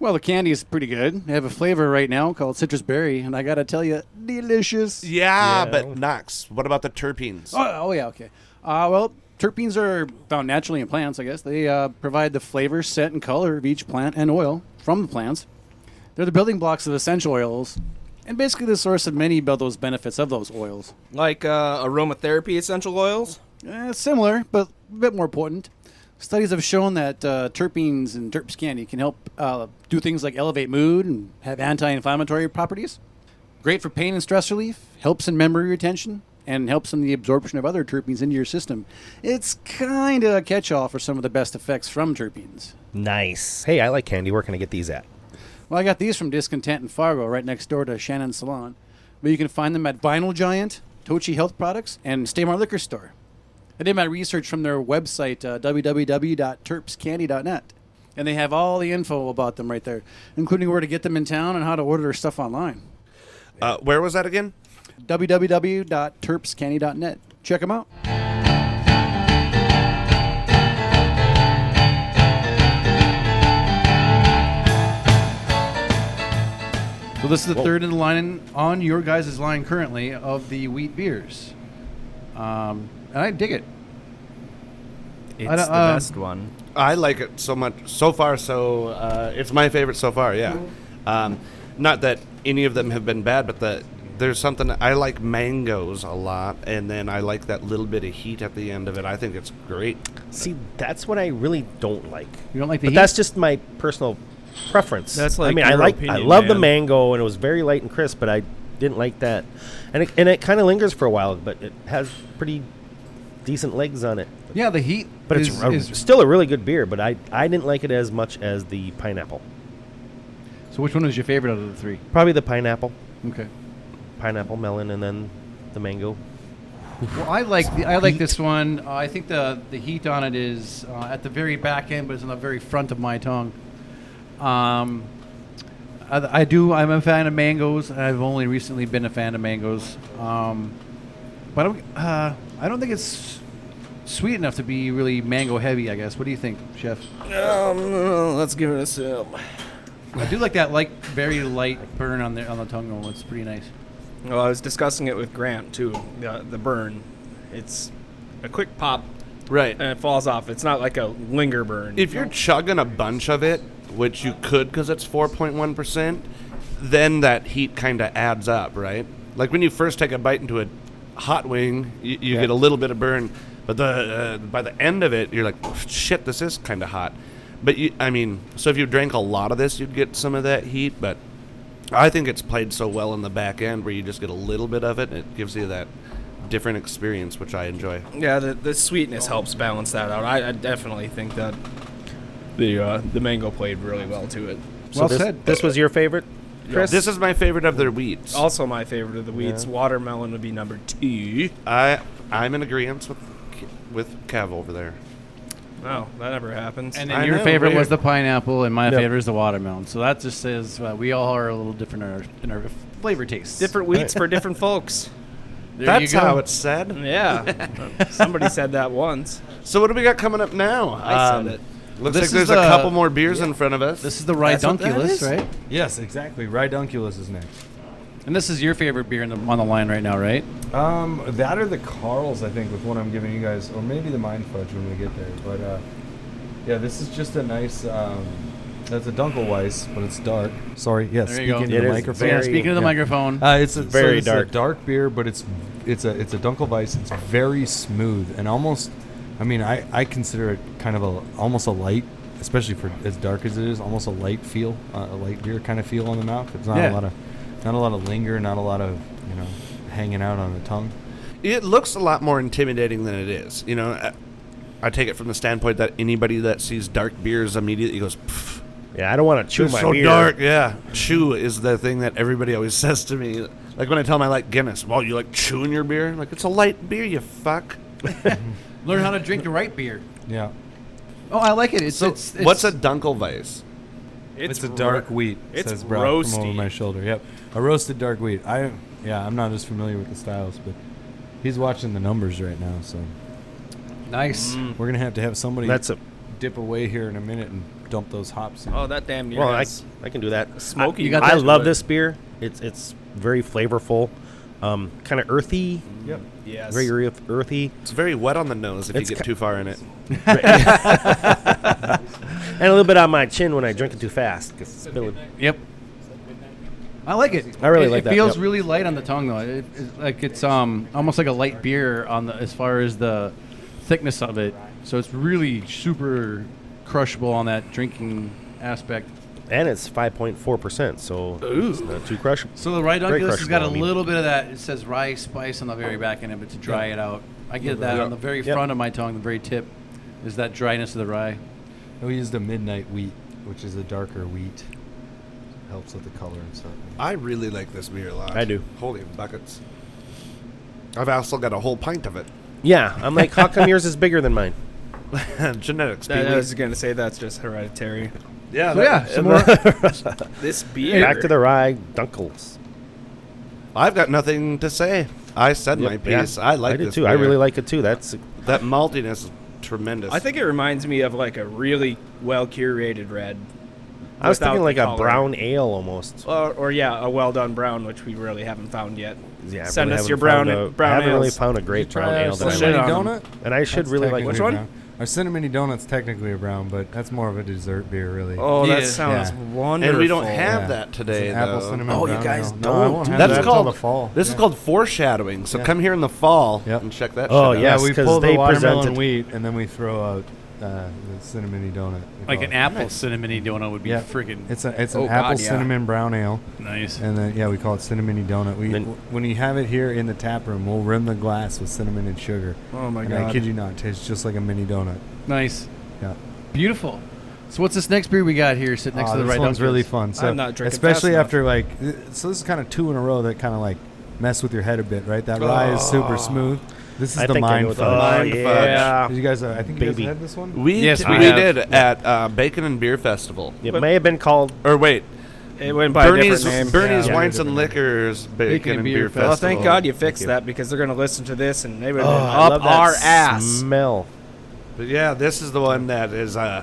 G: Well, the candy is pretty good. They have a flavor right now called citrus berry, and I gotta tell you, delicious.
C: Yeah, but Knox, what about the terpenes?
G: Oh, oh yeah, okay. Uh, well, terpenes are found naturally in plants, I guess. They uh, provide the flavor, scent, and color of each plant and oil from the plants. They're the building blocks of essential oils, and basically the source of many of those benefits of those oils.
D: Like uh, aromatherapy essential oils?
G: Uh, similar, but a bit more potent. Studies have shown that uh, terpenes and terps candy can help uh, do things like elevate mood and have anti-inflammatory properties. Great for pain and stress relief. Helps in memory retention and helps in the absorption of other terpenes into your system. It's kind of a catch-all for some of the best effects from terpenes.
B: Nice. Hey, I like candy. Where can I get these at?
G: Well, I got these from Discontent in Fargo, right next door to Shannon Salon. But you can find them at Vinyl Giant, Tochi Health Products, and Staymar Liquor Store. I did my research from their website, uh, www.terpscandy.net. And they have all the info about them right there, including where to get them in town and how to order their stuff online.
C: Uh, where was that again?
G: www.terpscandy.net. Check them out.
A: So this is the third in the line on your guys' line currently of the wheat beers. Um, and I dig it.
D: It's
A: don't-
D: the
A: um,
D: best one.
C: I like it so much so far. So uh, it's my favorite so far. Yeah, um, not that any of them have been bad, but the there's something I like mangoes a lot, and then I like that little bit of heat at the end of it. I think it's great.
B: See, that's what I really don't like.
A: You don't like the
B: But
A: heat?
B: that's just my personal preference.
D: That's
B: I
D: like
B: mean, I
D: your
B: like I
D: opinion,
B: love the
D: man.
B: mango, and it was very light and crisp, but I didn't like that, and it, and it kind of lingers for a while, but it has pretty decent legs on it.
A: yeah, the heat.
B: But it's,
A: is-
B: a-
A: is-
B: still a really good beer, but I I didn't like it as much as the pineapple.
A: so which one was your favorite out of the three?
B: Probably the pineapple,
A: Okay.
B: pineapple melon, and then the mango.
A: Well, I like the, I like this one. Uh, I think the the heat on it is uh, at the very back end, but it's on the very front of my tongue. Um, I, I do. I'm a fan of mangoes. I've only recently been a fan of mangoes. Um, but I'm, uh, I don't think it's sweet enough to be really mango heavy. I guess. What do you think, Chef?
D: Um, let's give it a sip.
A: I do like that, like very light burn on the on the tongue. Though it's pretty nice.
D: Well, I was discussing it with Grant too. The, the burn, it's a quick pop
C: Right.
D: and it falls off. It's not like a linger burn.
C: If you're chugging a bunch of it, which you could because it's 4.1%, then that heat kind of adds up, right? Like when you first take a bite into a hot wing, you, you get a little bit of burn, but the uh, by the end of it, you're like, "Oh, shit, this is kind of hot. But you, I mean, so if you drank a lot of this, you'd get some of that heat, but I think it's played so well in the back end where you just get a little bit of it and it gives you that different experience, which I enjoy.
D: yeah, the, the sweetness helps balance that out. I, I definitely think that the uh, the mango played really well to it.
A: Well
B: this,
A: said.
B: This was your favorite, Chris.
C: This is my favorite of their wheats.
D: Also, my favorite of the wheats, watermelon, would be number two.
C: I I'm in agreement with K- with Cav over there.
D: Oh, that never happens.
A: And
D: And
A: then
C: I
A: your
C: know,
A: favorite was
C: weird.
A: the pineapple, and my
B: Yep.
A: favorite is the watermelon. So that just says uh, we all are a little different in our, in our flavor tastes.
D: different wheats for different folks.
A: There
C: That's
A: you go.
C: how it's said.
D: Yeah, somebody said that once.
C: So what do we got coming up now? Um,
D: I said it.
C: Looks
A: This
C: like there's
A: is the-
C: a couple more beers in front of us.
A: This is the Rydunculus,
C: is?
A: right?
F: Yes, exactly. Rydunculus is next.
A: And this is your favorite beer in the, on the line right now, right?
F: Um, that or the Carls, I think, with what I'm giving you guys, or maybe the Mind Fudge when we get there. But uh, yeah, this is just a nice. Um, that's a Dunkelweiss, but it's dark. Sorry. Yes.
A: There
F: Speaking
A: you go.
F: into
B: It
F: the
B: is
F: microphone.
A: yeah,
B: very-
A: speaking of the
F: yeah.
A: microphone,
F: Uh, it's a,
B: Very
F: very
B: dark.
F: dark. dark beer, but it's it's a it's a Dunkelweiss. It's very smooth and almost. I mean, I, I consider it kind of a almost a light, especially for as dark as it is, almost a light feel, uh, a light beer kind of feel on the mouth. It's not
A: Yeah.
F: a lot of, not a lot of linger, not a lot of you know, hanging out on the tongue.
C: it looks a lot more intimidating than it is. You know, I, I take it from the standpoint that anybody that sees dark beers immediately goes, "Pff,
B: yeah, I don't want to chew
C: it's
B: my
C: so
B: beer.
C: dark. Yeah, chew is the thing that everybody always says to me. Like when I tell them I like Guinness, well, you like chewing your beer? I'm like it's a light beer, you fuck.
A: learn how to drink the right beer.
F: Yeah,
A: Oh, I like it. It's,
C: So
A: it's, it's
C: what's a Dunkelweiss?
F: it's, a dark
D: ro-
F: wheat.
D: it's
F: says Brock from over
D: roasty.
F: my shoulder. Yep, a roasted dark wheat. I yeah, I'm not as familiar with the styles, but he's watching the numbers right now, so
A: nice.
F: we're gonna have to have somebody
B: That's a
F: dip away here in a minute and dump those hops. In.
D: Oh, that damn near
B: well, I,
D: has
B: I can do that.
D: smoky.
A: you got
B: I
A: that-
B: love this beer. It's it's very flavorful, um, kind of earthy,
F: yep.
D: Yes.
B: very earth- earthy,
C: It's very wet on the nose if
B: It's
C: you get
B: ki-
C: too far in it.
B: and a little bit on my chin when I drink it too fast. 'cause it's really-
A: Yep. I like it.
B: I really
A: it,
B: like
A: it
B: that,
A: feels
B: yep.
A: really light on the tongue, though. It, it's like it's um almost like a light beer on the as far as the thickness of it. So it's really super crushable on that drinking aspect.
B: and it's five point four percent, so it's not too crushable.
A: So the Rydunculus has
B: crushable,
A: got a
B: I mean.
A: little bit of that. It says rye spice on the very back end, but to dry it out, I get that on the very
B: Yep.
A: front of my tongue, the very tip, is that dryness of the rye.
F: We Oh, used a midnight wheat, which is a darker wheat. Helps with the color and stuff.
C: I really like this beer a lot.
B: I do.
C: Holy buckets. I've also got a whole pint of it.
B: Yeah, I'm like, how come yours is bigger than mine?
C: Genetics.
D: That,
C: Pee-wee.
D: I was gonna say that's just hereditary.
C: yeah,
B: Oh,
A: So
C: that-
A: yeah, some more.
D: This beer.
B: Back to the rye dunkles.
C: I've got nothing to say. I said my
B: Yeah,
C: piece. I like
B: I did
C: this
B: too. I
C: beer.
B: really like it too. That's
C: that maltiness. Is tremendous.
D: I think it reminds me of like a really well curated red.
B: I was
D: without
B: thinking
D: the
B: like a
D: collar.
B: brown ale almost.
D: Or, or yeah, a well done brown, which we really haven't found yet.
B: Yeah, I
D: Send
B: really
D: us your
B: haven't
D: brown
B: found a-
D: brown
B: I haven't really
D: ales.
B: found a great brown ale that I
D: Shit
B: like,
D: on
F: donut.
B: and I should
F: That's
B: really like.
F: technically
D: Which one?
F: brown. Our cinnamon donut's technically a brown, but that's more of a dessert beer, really.
D: Oh, that
A: Yeah.
D: sounds
F: Yeah.
D: wonderful.
C: And we don't have
F: Yeah.
C: that
F: It's
C: today.
F: an apple
C: though.
F: cinnamon.
B: Oh, you
F: brown ale.
B: guys
F: No, I
B: don't
F: won't
B: do
F: have
C: That's
F: that till
C: called
F: the fall.
C: This
F: Yeah.
C: is called foreshadowing. So
F: Yeah.
C: come here in the fall
F: Yep.
C: and check that.
B: Oh,
C: shit
B: yes,
F: yeah, we
B: 'cause
F: pull
B: they
F: the watermelon
B: presented-
F: wheat, and then we throw out uh, the cinnamony donut.
A: Like
F: we call
B: Oh,
A: an
F: it.
A: apple cinnamony donut would be
F: Yeah.
A: friggin'
F: It's a it's an
D: Oh, God,
F: apple
D: yeah.
F: cinnamon brown ale,
A: nice.
F: and then yeah, we call it cinnamony donut. We
B: Then-
F: when you have it here in the tap room, we'll rim the glass with cinnamon and sugar.
D: Oh my
F: and
D: god.
F: I kid you not, it tastes just like a mini donut.
A: Nice.
F: Yeah.
A: Beautiful. So what's this next beer we got here sitting next
F: Aw,
A: to the
F: Oh, this
A: right
F: one's
A: Dunkers?
F: really fun. So
D: I'm not drinking
F: especially
D: fast
F: after like th- so this is kind of two in a row that kind of like mess with your head a bit, right? That rye is super smooth. This is
B: I
F: the
B: think I
F: mind
B: know what the-
F: fudge.
B: oh,
C: Mind fudge.
B: yeah.
F: Did you guys? Uh, I think you
B: Baby.
F: guys had this one.
C: We
A: Yes,
C: did,
A: we
C: we,
A: have.
C: did at uh, Bacon and Beer Festival.
B: It may have been called.
C: Or wait,
D: It went by a
C: Bernie's
D: different name.
C: Bernie's
F: Yeah.
C: Wines
F: Yeah.
C: and Liquors Bacon, and Beer, Festival.
D: well, thank God you fixed
B: you.
D: that because they're going to listen to this and they would
B: Oh,
D: have
B: I
D: been
B: love
D: up
B: that
D: our ass.
B: Smell.
C: But yeah, this is the one that is. Uh,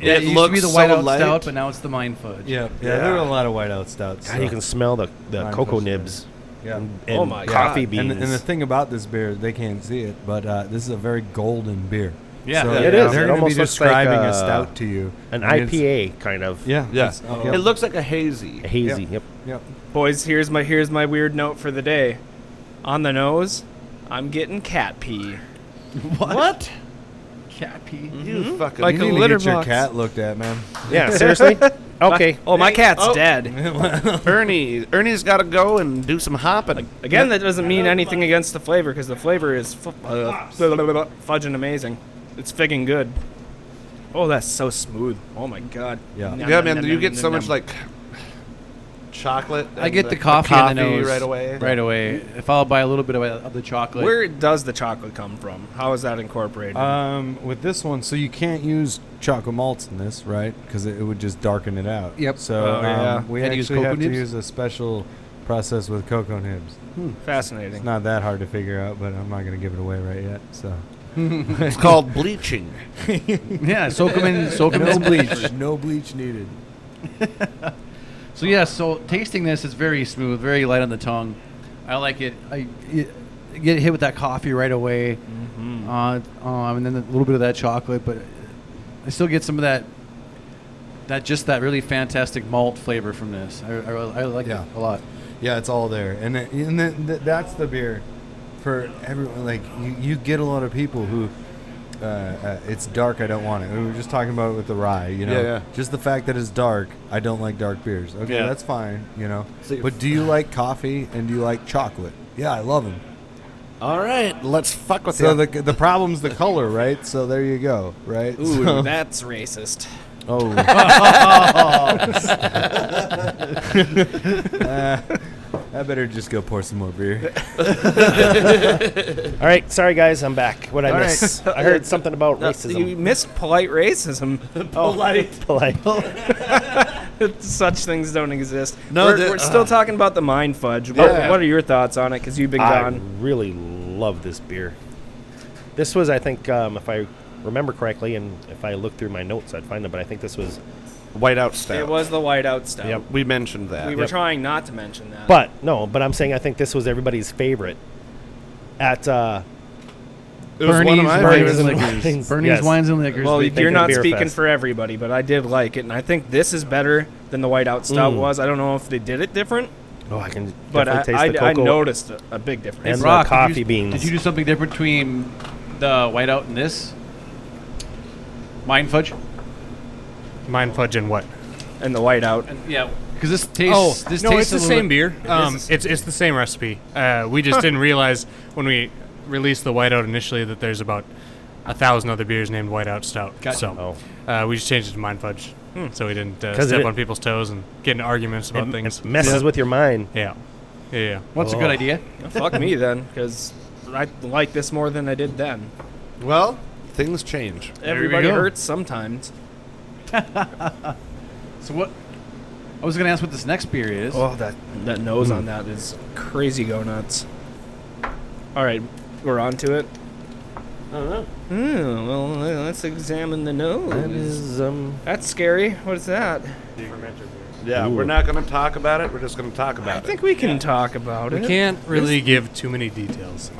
A: Yeah, it
C: it
A: used
C: looks
A: to be the
C: so
A: white out
C: light.
A: stout, but now it's the mine fudge.
F: Yeah, yeah,
C: Yeah.
F: There were a lot of whiteout stouts.
B: God,
F: so-
B: you can smell the, the
F: Mind
B: cocoa
F: fudge, yeah.
B: nibs.
F: Yeah.
B: and
D: Oh my God.
B: coffee
D: And
B: beans.
F: And, the- and the thing about this beer, they can't see it, but uh, this is a very golden beer.
A: Yeah.
F: so
A: Yeah,
B: it
F: they're
B: is. It
F: gonna
B: almost
F: be
B: looks like,
F: describing
B: uh,
F: a stout to you.
B: An
F: and it's-
B: IPA kind of
F: Yeah,
C: Yeah,
F: it's- uh,
C: it looks like a hazy.
B: hazy.
F: Yeah.
B: Yep.
F: Yep.
D: Boys, here's my here's my weird note for the day. On the nose, I'm getting cat pee.
A: What? what? Cappy.
C: You fucking
D: Like
F: You
D: a
F: need to
D: litter
F: get your
D: box.
F: cat looked at, man.
B: Yeah. Seriously. Okay.
D: Oh, my cat's
C: oh.
D: dead.
C: Ernie. Ernie's got to go and do some hopping.
D: Again, that doesn't mean anything against the flavor because the flavor is fu- uh, fudging amazing. It's figging good. Oh, that's so smooth. Oh my god.
F: Yeah.
D: Nom,
C: yeah,
D: nom,
C: man,
D: nom,
C: you
D: nom,
C: get
D: nom,
C: so much
D: nom.
C: like chocolate.
A: I
C: and
A: get the, coffee, in the nose
C: right away.
A: Right away, followed by a little bit of, uh, of the chocolate.
D: Where does the chocolate come from? How is that incorporated?
A: Uh,
F: Um, with this one, so you can't use chocolate malts in this, right? Because it, it would just darken it out.
A: Yep.
F: So
D: Oh,
F: um,
D: yeah.
F: we
A: Had to
F: actually
A: use cocoa
F: have
A: nibs?
F: to use a special process with cocoa nibs. It's
D: Fascinating.
F: not that hard to figure out, but I'm not going to give it away right yet. So
C: It's called bleaching.
A: Yeah, soak them in, soak 'em in
F: no
A: some
F: bleach, no bleach needed.
A: So yeah, so tasting this is very smooth, very light on the tongue. I like it. I it, get hit with that coffee right away, uh, um, and then a little bit of that chocolate, but I still get some of that that just that really fantastic malt flavor from this. I, I, really- I like
F: Yeah.
A: it a lot.
F: Yeah, it's all there, and it, and th th- that's the beer for everyone. Like you, you get a lot of people who. Uh, uh, it's dark. I don't want it. We were just talking about it with the rye, you know.
C: Yeah, yeah.
F: Just the fact that it's dark. I don't like dark beers. Okay,
C: Yeah.
F: that's fine, you know.
C: So you-
F: but do you like coffee and do you like chocolate? Yeah, I love them.
C: All right, let's fuck with
F: So
C: ya.
F: the the problem's the color, right? So there you go, right?
D: Ooh,
F: So-
D: that's racist.
F: Oh. Uh, I better just go pour some more beer.
B: All right. Sorry, guys. I'm back. What I
F: All
B: miss? I heard something about
D: No,
B: racism.
D: Uh, You missed polite racism. Oh, polite.
B: Polite.
D: Such things don't exist.
C: No,
D: we're,
C: the-
D: we're
B: uh-huh.
D: still talking about the mind fudge. What,
C: Yeah.
D: what are your thoughts on it? Because you've been
B: I
D: gone.
B: really love this beer. This was, I think, um, if I remember correctly, and if I look through my notes, I'd find them. But I think this was.
C: whiteout stout.
D: It was the whiteout stuff.
B: Yep.
C: We mentioned that.
D: We were trying not to mention that.
B: But no, but I'm saying I think this was everybody's favorite. At uh,
C: it was one of my
B: Bernie's
C: favorites.
A: and
B: and
A: liquors.
B: Wines.
A: Bernie's
B: Yes.
A: wines and liquors.
D: well,
A: They-
B: Thinking
D: you're not
B: Beer
D: speaking
B: Fest.
D: for everybody, but I did like it, and I think this is better than the whiteout stout was. I don't know if they did it different,
B: oh, I can
D: but I,
B: Mm. definitely taste the
D: I- I
B: cocoa.
D: noticed a, a big difference.
B: And-
A: Brock, did you-
B: coffee beans.
A: Did you do something different between the whiteout and this? Mine fudge.
E: Mind fudge and what?
D: and the whiteout.
A: Yeah, because this tastes. this
E: Oh, no,
A: tastes
E: it's the
A: a little
E: same
A: bit-
E: beer. Um,
D: the same.
E: it's it's the same recipe. Uh, we just didn't realize when we released the whiteout initially that there's about a thousand other beers named whiteout stout.
A: Gotcha.
E: So uh, we just changed it to mind fudge,
A: Hmm.
E: so we didn't uh,
B: 'Cause
E: step
B: it-
E: on people's toes and get into arguments
B: It,
E: about things.
B: it messes with your mind.
E: Yeah, yeah, yeah.
A: What's a good
B: Oh.
A: idea?
D: Fuck me then, because I like this more than I did then.
C: Well, things change.
D: Everybody
A: go.
D: hurts sometimes.
A: So what? I was gonna ask what this next beer is.
D: Oh, that that nose
F: Hmm.
D: on that is crazy go nuts. All right, we're on to it. Hmm, well, let's examine the nose.
B: That is um.
D: That's scary. What is that?
C: Yeah, we're not going to talk about it. We're just going to talk about
D: I think we can talk about
E: We
D: it.
E: can't really give too many details,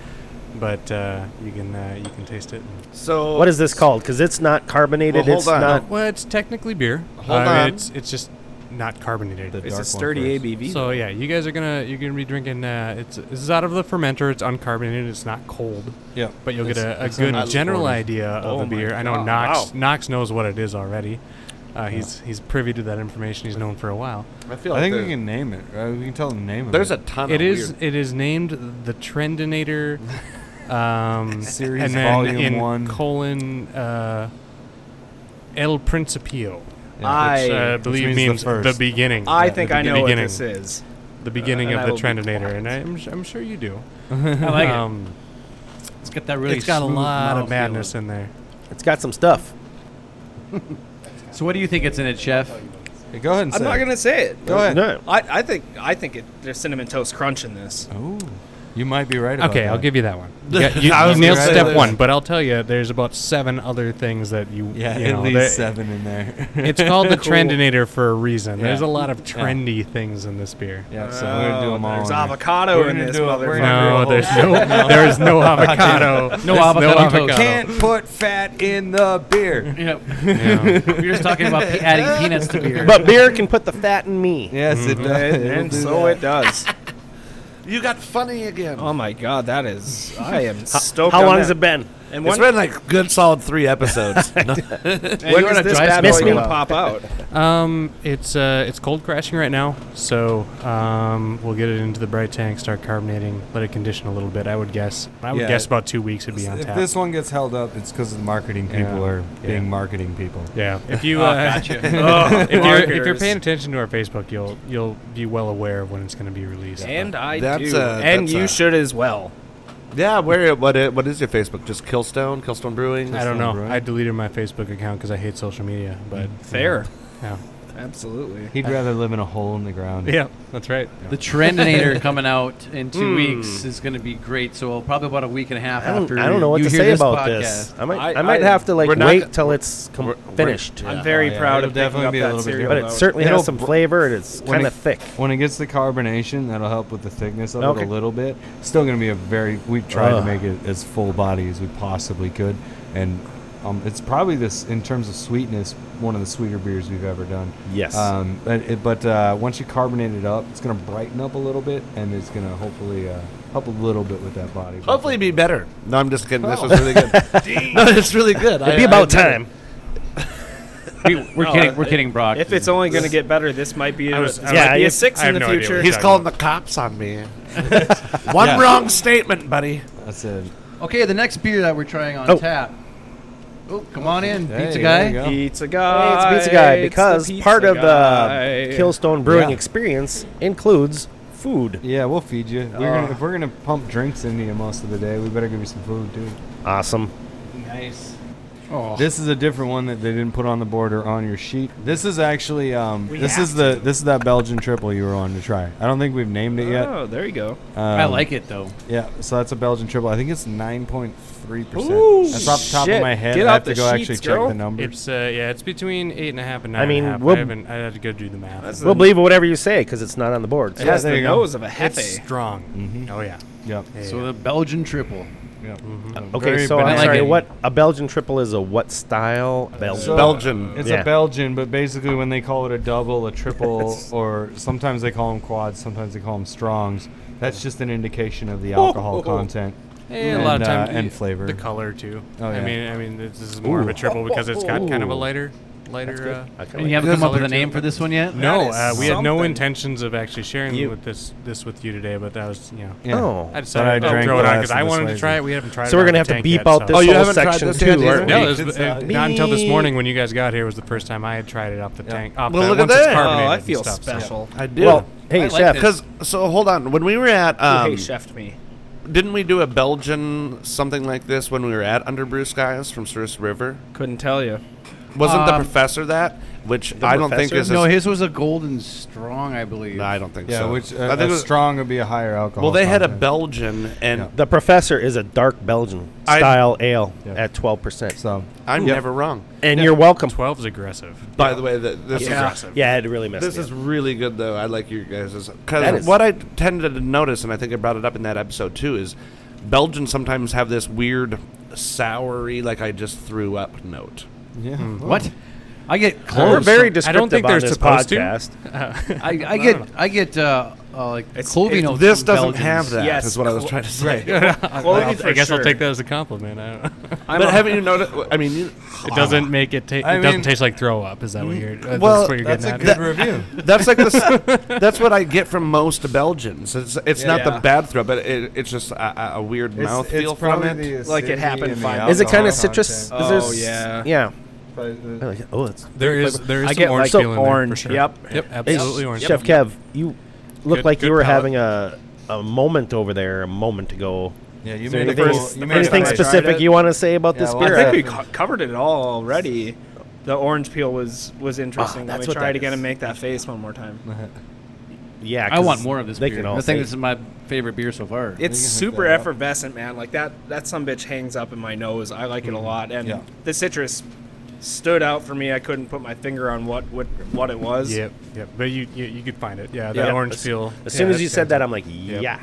E: but uh, you can uh, you can taste it.
C: it. So
B: What is this called? Because it's not carbonated.
C: Well, hold
B: it's
C: on.
B: not.
E: Well, it's technically beer.
C: Hold
E: Uh,
C: on.
E: It's it's just not carbonated.
F: The
D: It's a
F: dark one
D: sturdy
F: first.
D: ABV.
E: So yeah, you guys are gonna you're gonna be drinking. Uh, it's this is out of the fermenter. It's uncarbonated. It's not cold.
F: Yeah.
E: But you'll
F: It's-
E: get a, a
F: it's
E: good
F: not
E: general
F: corny.
E: idea of
D: Oh
E: the
D: my
E: beer. I know
D: God.
E: Knox
D: Wow.
E: Knox knows what it is already. Uh, he's he's privy to that information. He's known for a while.
C: I feel
F: I
C: like
F: think we
C: there-
F: can name it. Right? We can tell them the name of
C: there's a
F: it.
C: ton
E: It
C: of
E: is it is named the Trendinator um,
F: Series
E: and then
F: Volume
E: in
F: One.
E: colon uh, El Principio.
D: I-
E: Which, uh,
D: Which
E: believe
F: means
E: means
F: the
E: the,
F: first.
E: beginning.
D: I
E: Yeah,
D: think
E: the
D: I know what
E: beginning.
D: this is.
E: The beginning
D: and
E: of
D: I
E: the
D: will be
E: Trendinator,
D: quiet.
E: and I'm, sh- I'm sure you do.
A: I like it.
E: um,
A: It's got that really.
E: it's got a
A: smooth
E: lot of
A: mouthfeel.
E: madness in there.
B: It's got some stuff.
A: So what do you think it's in it, chef?
F: Hey, go ahead and
D: I'm
F: say
D: not
F: it.
D: gonna say it.
F: Go ahead.
B: No.
D: I, I think I think it, there's cinnamon toast crunch in this.
F: Oh, you might be right. About
E: Okay,
F: that.
E: I'll give you that one.
C: You got-
E: you
C: I was
E: nailed
F: gonna say
E: step
F: this.
E: one, but I'll tell you, there's about seven other things that you.
F: Yeah,
E: you
F: at
E: know,
F: least
E: that-
F: seven in there.
E: It's called the Trendinator for a reason. There's a
F: Yeah.
E: lot of trendy things in this beer.
F: yeah, so we're gonna do
D: Oh,
F: them all.
D: There's
F: in there.
D: avocado
F: We're
D: in
F: gonna
D: this
F: do a- we're
D: motherfucker.
F: gonna-
E: No,
F: do a
E: there's
F: whole-
E: no, there is no avocado. There's
A: avocado toast.
F: Can't put fat in the beer.
A: Yep.
E: Yeah.
A: we were just talking about pe- adding peanuts to beer.
B: But beer can put the fat in me.
F: Yes, it does.
D: And,
F: It'll
D: and
F: do
D: so
F: that.
D: it does.
C: You got funny again.
D: Oh my god, that is I am stoked.
B: How
D: on
B: long
D: that.
B: has it been?
D: And
C: it's
D: when,
C: been like good solid three episodes. No,
D: and when is this bad
B: miss
D: boy
B: me?
D: gonna pop out?
E: Um, it's uh, it's cold crashing right now, so um, we'll get it into the bright tank, start carbonating, let it condition a little bit. I would guess. I would
F: Yeah.
E: guess about two weeks would be on
F: If
E: tap.
F: this one gets held up, it's because the marketing people
E: Yeah.
F: are
E: Yeah.
F: being marketing people.
E: yeah. If you uh, if you're if you're paying attention to our Facebook, you'll you'll be well aware of when it's going to be released.
D: And I
C: That's
D: do.
C: a-
D: and
C: that's
D: you
C: a-
D: should as well.
C: yeah, where what i- what is your Facebook? Just Killstone, Killstone Brewing.
E: I don't know.
F: Right.
E: I deleted my Facebook account because I hate social media. But
D: Fair.
E: yeah,
D: Absolutely.
F: He'd rather live in a hole in the ground.
E: yeah, that's right.
A: The Trendinator coming out in two weeks is going to be great. So probably about a week and a half
B: I don't,
A: after
B: I don't know what
A: you
B: to
A: hear
B: say
A: this
B: about
A: podcast.
B: this. I might, I,
D: I-
B: might
D: I-
B: have to like
C: we're not
B: wait
C: go-
B: till it's com-
C: We're- we're-
B: finished.
C: yeah.
D: I'm very
F: Oh, yeah,
D: proud
F: it'll
D: of picking
F: definitely
D: up
F: be a
D: that
F: little bit
D: cereal.
B: But it
D: though.
B: certainly
F: It'll
B: has some
F: br-
B: flavor and it's
F: when
B: kind
F: it-
B: of thick.
F: When it gets the carbonation, that'll help with the thickness of
B: Okay.
F: it a little bit. Still going to be a very. We tried
B: Ugh.
F: to make it as full body as we possibly could, and um, it's probably this in terms of sweetness, one of the sweeter beers we've ever done.
B: Yes.
F: Um, but it, but uh, once you carbonate it up, it's going to brighten up a little bit, and it's going to hopefully uh, help a little bit with that body.
C: Hopefully, be better. No, I'm just kidding.
D: Oh.
C: This was really good. no, it's really good.
B: It'd be about time.
A: We, we're
D: No,
A: kidding.
D: uh,
A: We're kidding, Brock.
D: If it's only going to get better, this might be a,
E: was-
D: this
E: I
B: was-
D: might be
B: Yeah,
D: a six
E: I
D: in
E: have
D: the
E: no idea what
D: future.
E: you're
C: He's calling the cops on me. One wrong statement, buddy.
F: That's it.
A: okay, the next beer that we're trying on
B: Oh.
A: tap. Oh, come on in,
F: Hey,
A: pizza
F: there
A: guy.
F: you go.
D: Pizza guy.
B: Hey, it's Pizza Guy
D: it's
B: because
D: the
B: part
D: pizza
B: of the
D: guy.
B: Killstone Brewing
F: Yeah.
B: experience includes food.
F: Yeah, we'll feed you. We're
D: Ugh.
F: gonna, if we're gonna pump drinks into you most of the day, we better give you some food too.
B: Awesome.
A: Nice. Oh,
F: This is a different one that they didn't put on the board or on your sheet. This is actually um,
D: We
F: this
D: have
F: is the this is that Belgian triple you were on to try. I don't think we've named it yet.
D: Oh, there you go.
F: Um,
A: I like it though.
F: Yeah, so that's a Belgian triple. I think it's nine point three percent.
D: Ooh,
F: That's off the top
D: shit.
F: of my head.
D: Get
F: I
D: out
F: have
D: the
F: to go
D: sheets,
F: actually
D: girl.
F: check the numbers.
E: It's uh, yeah, it's between eight and a half and nine.
B: I mean,
E: and a half.
B: we'll-
E: I haven't. I had to go do the math.
D: That's
B: We'll
D: the-
B: believe whatever you say because it's not on the board.
D: It
F: Yeah,
D: has
F: there
D: the
F: you go.
D: nose of a
E: It's
D: hefe.
E: strong.
B: Mm-hmm.
E: Oh yeah.
F: yep.
D: eh,
E: Yeah,
A: So
E: yeah.
A: the Belgian triple.
F: yep.
D: mm-hmm.
B: Okay,
F: Very
B: so I'm
A: banana.
B: sorry.
A: Like it.
B: What a Belgian triple is a what style? Belgian.
F: So-
C: Belgian.
F: It's
B: Yeah.
F: a Belgian, but basically when they call it a double, a triple, or sometimes they call them quads, sometimes they call them strongs. That's just an indication of the alcohol content.
E: a lot
F: And,
E: of
F: uh,
E: times
F: and flavor.
E: the color too.
F: Oh,
E: I
F: yeah.
E: mean, I mean, this is more of a triple because it's got kind of a lighter, lighter. Uh,
B: I kinda
A: And you
B: like
A: haven't come up with
E: Color
A: a name for this one yet.
E: no,
D: is
E: uh, we had no
D: something.
E: intentions of actually sharing
D: You-
E: with this this with you today, but that was you know.
B: it.
F: Yeah.
B: Oh.
E: I decided
F: I
E: to
F: drank
E: throw it on
F: glasses
E: because I
F: this
E: wanted to
F: lazy.
E: try it. We haven't tried.
B: So
E: it
B: we're
E: on
B: gonna
E: the
B: have to
E: tank
B: beep
E: yet,
B: out
E: so-
B: this
C: Oh, you
B: whole
C: haven't tried
B: section
C: this yet
B: too,
C: either?
B: aren't we?
E: No, it was,
F: It's,
E: uh,
F: uh,
E: not until this morning when you guys got here was the first time I had tried it off the tank. Off
C: Well,
E: the,
C: look at
E: once it's
C: that.
D: Oh,
E: carbonated
D: I
E: and
D: feel
E: stuff, so-
D: special.
C: I do.
B: Well, hey, chef.
C: Because so hold on. When we were at um,
D: hey, chef me.
C: didn't we do a Belgian something like this when we were at Under Blue Skies from Cirrus River?
D: Couldn't tell you.
C: Wasn't the
A: Um,
C: professor that? Which I don't think
B: professor?
C: is.
A: No,
C: as-
A: his was a golden strong, I believe.
C: No, I don't think
F: Yeah,
C: so.
F: which
C: I
F: uh,
C: think it
F: a
C: was-
F: strong would be a higher alcohol.
C: Well, they had a
F: content.
C: Belgian, and
F: Yeah.
B: The professor is a dark Belgian
C: I-
B: style ale
F: Yeah.
B: at twelve percent,
F: So
C: I'm
F: Yep.
C: never wrong.
B: and you're welcome.
E: 12's aggressive.
C: By the way, th this
D: Yeah.
C: is
B: Yeah, it really messed
C: This
B: me
C: is
B: up.
C: really good, though. I like your guys'
B: That
C: because
B: is-
C: what I tended to notice, and I think I brought it up in that episode too, is Belgians sometimes have this weird soury, like I just threw up note.
F: yeah,
A: What? I get close.
B: We're very descriptive
E: I don't think
B: on
E: they're
B: this
E: supposed to.
B: podcast.
A: I, I get I get uh, uh, like
D: It's-
A: clovey
D: it-
G: Oh,
A: notes.
C: this
A: from
C: doesn't
A: Belgians.
C: have that. Is
D: Yes,
C: what I was
D: cl-
C: trying to say.
E: I
D: for
E: guess I'll
D: sure.
E: take that as a compliment. I don't
D: I'm
C: but
D: a-
C: haven't you noticed? I mean, you,
E: it doesn't make it. Ta- it
F: I mean-
E: doesn't taste like throw up. Is that what you're? uh, That's
C: well,
E: what you're
F: that's a
E: getting
F: good
E: at.
F: review.
C: that's like this. that's what I get from most Belgians. It's it's not
D: Yeah.
C: the bad throw, but it, it's just a, a- a weird mouth feel from
F: probably
C: it.
F: the
D: Like it
F: acidity
D: happened
F: and the
D: five-
B: Is it kind
F: alcohol
B: of citrus?
F: content.
D: Oh,
B: Is there
D: yeah.
B: Yeah. I
F: But, uh,
B: like it. Oh, it's
E: There is there is
D: I
E: some
D: get
E: orange
D: like
E: peel in
D: orange.
E: There for sure.
D: Yep.
E: Yep.
B: Hey,
E: Absolutely
B: Sh-
E: orange.
B: Chef Kev, you look
E: Good-
B: like you
E: good
B: were
E: palate.
B: having a a moment over there a moment ago.
F: Yeah, you
B: Is there
F: made a
B: anything,
F: cool- you made a
B: anything
F: cool-
B: specific you want to say about
F: Yeah,
B: this
F: well, I
B: beer?
F: think
D: I think we co- covered it all already. The orange peel was was interesting. Let
B: that's
D: me
B: what
D: try
B: that
D: it again
B: is.
D: and make that face one more time.
B: yeah,
A: I
B: 'cause
A: want more of this
B: They
A: beer.
B: can all
A: I think this
B: say-
A: is my favorite beer so far.
D: It's
F: hook
D: super
F: that up.
D: effervescent, man. Like that that some bitch hangs up in my nose. I like it a lot, and
F: Yeah.
D: the citrus stood out for me. I couldn't put my finger on what what, what it was.
E: Yep. Yep. But you you, you could find it. Yeah. That
D: Yeah.
E: orange peel.
B: As
E: yeah,
B: soon as
E: that's
B: you said
E: good.
B: that, I'm like,
E: Yep.
B: yeah.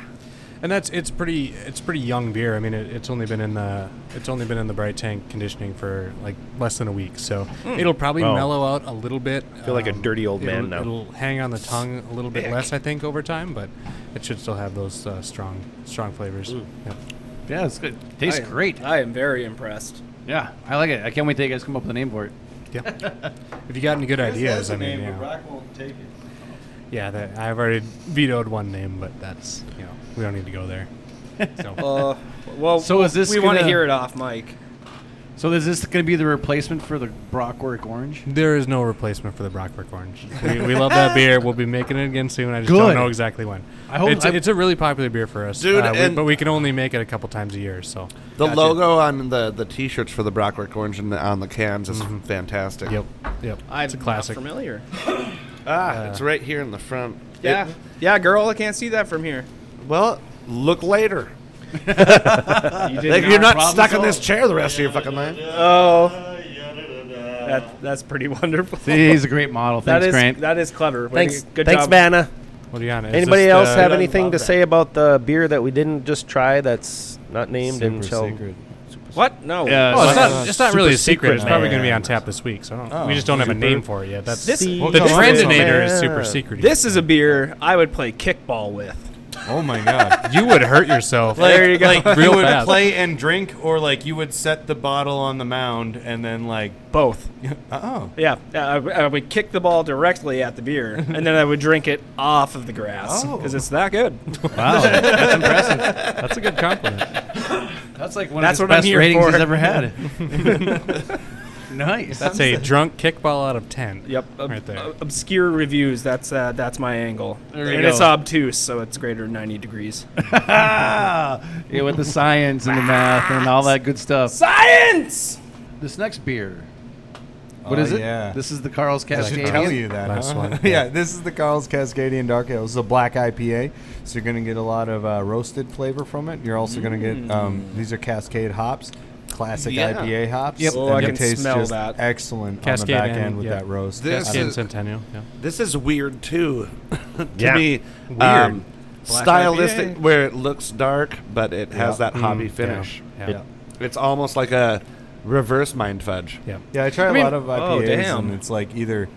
E: And that's it's pretty it's pretty young beer. I mean, it, it's only been in the it's only been in the bright tank conditioning for like less than a week, so
B: Hmm.
E: it'll probably
B: Wow.
E: mellow out a little bit. I
B: feel like a dirty old man
E: it'll,
B: now.
E: It'll hang on the tongue a little bit less, I think, over time, but it should still have those uh, strong strong flavors.
B: Hmm.
E: Yeah.
A: yeah, it's good. It
D: I
A: tastes
D: am-
A: great.
D: I am very impressed.
A: Yeah, I like it. I can't wait till you guys come up with a name for it.
E: Yeah. if you got any good ideas, I mean, yeah, yeah that, I've already vetoed one name, but that's you know we don't need to go there. So
D: Uh, well,
A: So is this
D: we want to
A: gonna-
D: hear it off, Mike?
A: So is this going to be the replacement for the Brockwork Orange?
E: there is no replacement for the Brockwick Orange. We, we love that beer. We'll be making it again soon. I just
A: Good.
E: don't know exactly when.
A: I hope-
E: it's, a-
A: I-
E: it's a really popular beer for us,
C: Dude,
E: uh, we-
C: and-
E: but we can only make it a couple times a year. So
C: The logo on the, the T-shirts for the Brockwick Orange and the, on the cans is fantastic.
E: yep, yep, it's a
D: I'm not
E: classic.
D: familiar.
C: Ah, it's right here in the front.
D: Yeah,
C: It-
D: yeah, girl, I can't see that from here.
C: well, look later.
D: You did
C: Like, you're not
A: problem
C: stuck in this
A: solved.
C: chair the rest of your fucking life.
D: Oh, that that's pretty wonderful.
A: He's a great model.
D: that
A: Thanks,
D: is
A: Grant.
D: that is clever. Way to-
B: Thanks,
D: good
B: thanks,
D: job.
B: Vanna.
E: What are you on? Is
B: Anybody
E: this uh,
B: else
E: the-
B: have
D: I
B: anything
D: love
B: to
D: that.
B: say about the beer that we didn't just try? That's not named and
F: super
B: shall.
F: secret.
D: What? No.
A: Yeah,
E: Oh,
A: it's
E: it's
A: like-
E: not. It's not really a secret. It's probably going to be
B: man.
E: on tap this week. So I don't,
F: Oh,
E: we just don't have a
F: super.
E: name for it yet. That's
D: This-
E: the
D: Well,
B: secret
E: Transinator is
B: man.
E: super secret.
D: This is a beer I would play kickball with.
F: Oh my god.
E: you would hurt yourself.
D: There you go.
F: Like
E: Real
F: you would
E: fast.
F: play and drink, or like you would set the bottle on the mound and then like,
D: Both.
F: oh,
D: Yeah, I, I would kick the ball directly at the beer, and then I would drink it off of the grass
F: Oh.
D: because it's that good.
A: wow, that's impressive.
E: That's a good compliment.
A: That's like one
D: That's
A: of
D: what
A: the
D: I'm
A: best
D: here
A: ratings
D: for.
A: he's ever had. nice.
E: That's a drunk kickball out of ten.
D: Yep, ob-
E: right there.
D: ob- obscure reviews. That's uh, that's my angle,
A: There you
D: and
A: go.
D: it's obtuse, so it's greater than ninety degrees.
A: ah, yeah, with the science and the math and all that good stuff.
D: Science.
A: This next beer, what is
F: Oh,
A: it?
F: yeah.
A: This is the Carl's
F: I
A: Cascade.
F: should tell you that.
E: Last
F: huh?
E: one,
F: yeah.
E: yeah.
F: this is the Carl's Cascadian Dark Ale. This is a black IPA, so you're going to get a lot of uh, roasted flavor from it. You're also going to get um,
D: Mm.
F: these are Cascade hops, classic
C: Yeah.
F: IPA hops.
A: Yep.
D: Oh,
F: and
D: I
F: they
D: can
F: taste
D: smell
F: just
D: that.
F: Excellent
E: Cascade
F: on the back
E: and-
F: end with
E: yeah.
F: that roast.
C: This
F: Um,
E: Cascade
C: is-
E: Centennial. Yeah.
C: This is weird too, to
B: Yeah.
C: me.
E: Weird.
C: Um,
D: Black
C: stylistic,
D: IPA.
C: where it looks dark, but it has
F: Yeah.
C: that hobby
E: Mm, yeah,
C: finish.
E: Yeah.
B: It-
C: It's almost like a reverse mind fudge.
E: yeah.
F: Yeah, I try a
D: I mean-
F: lot of
D: oh,
F: IPAs,
D: damn.
F: and it's like either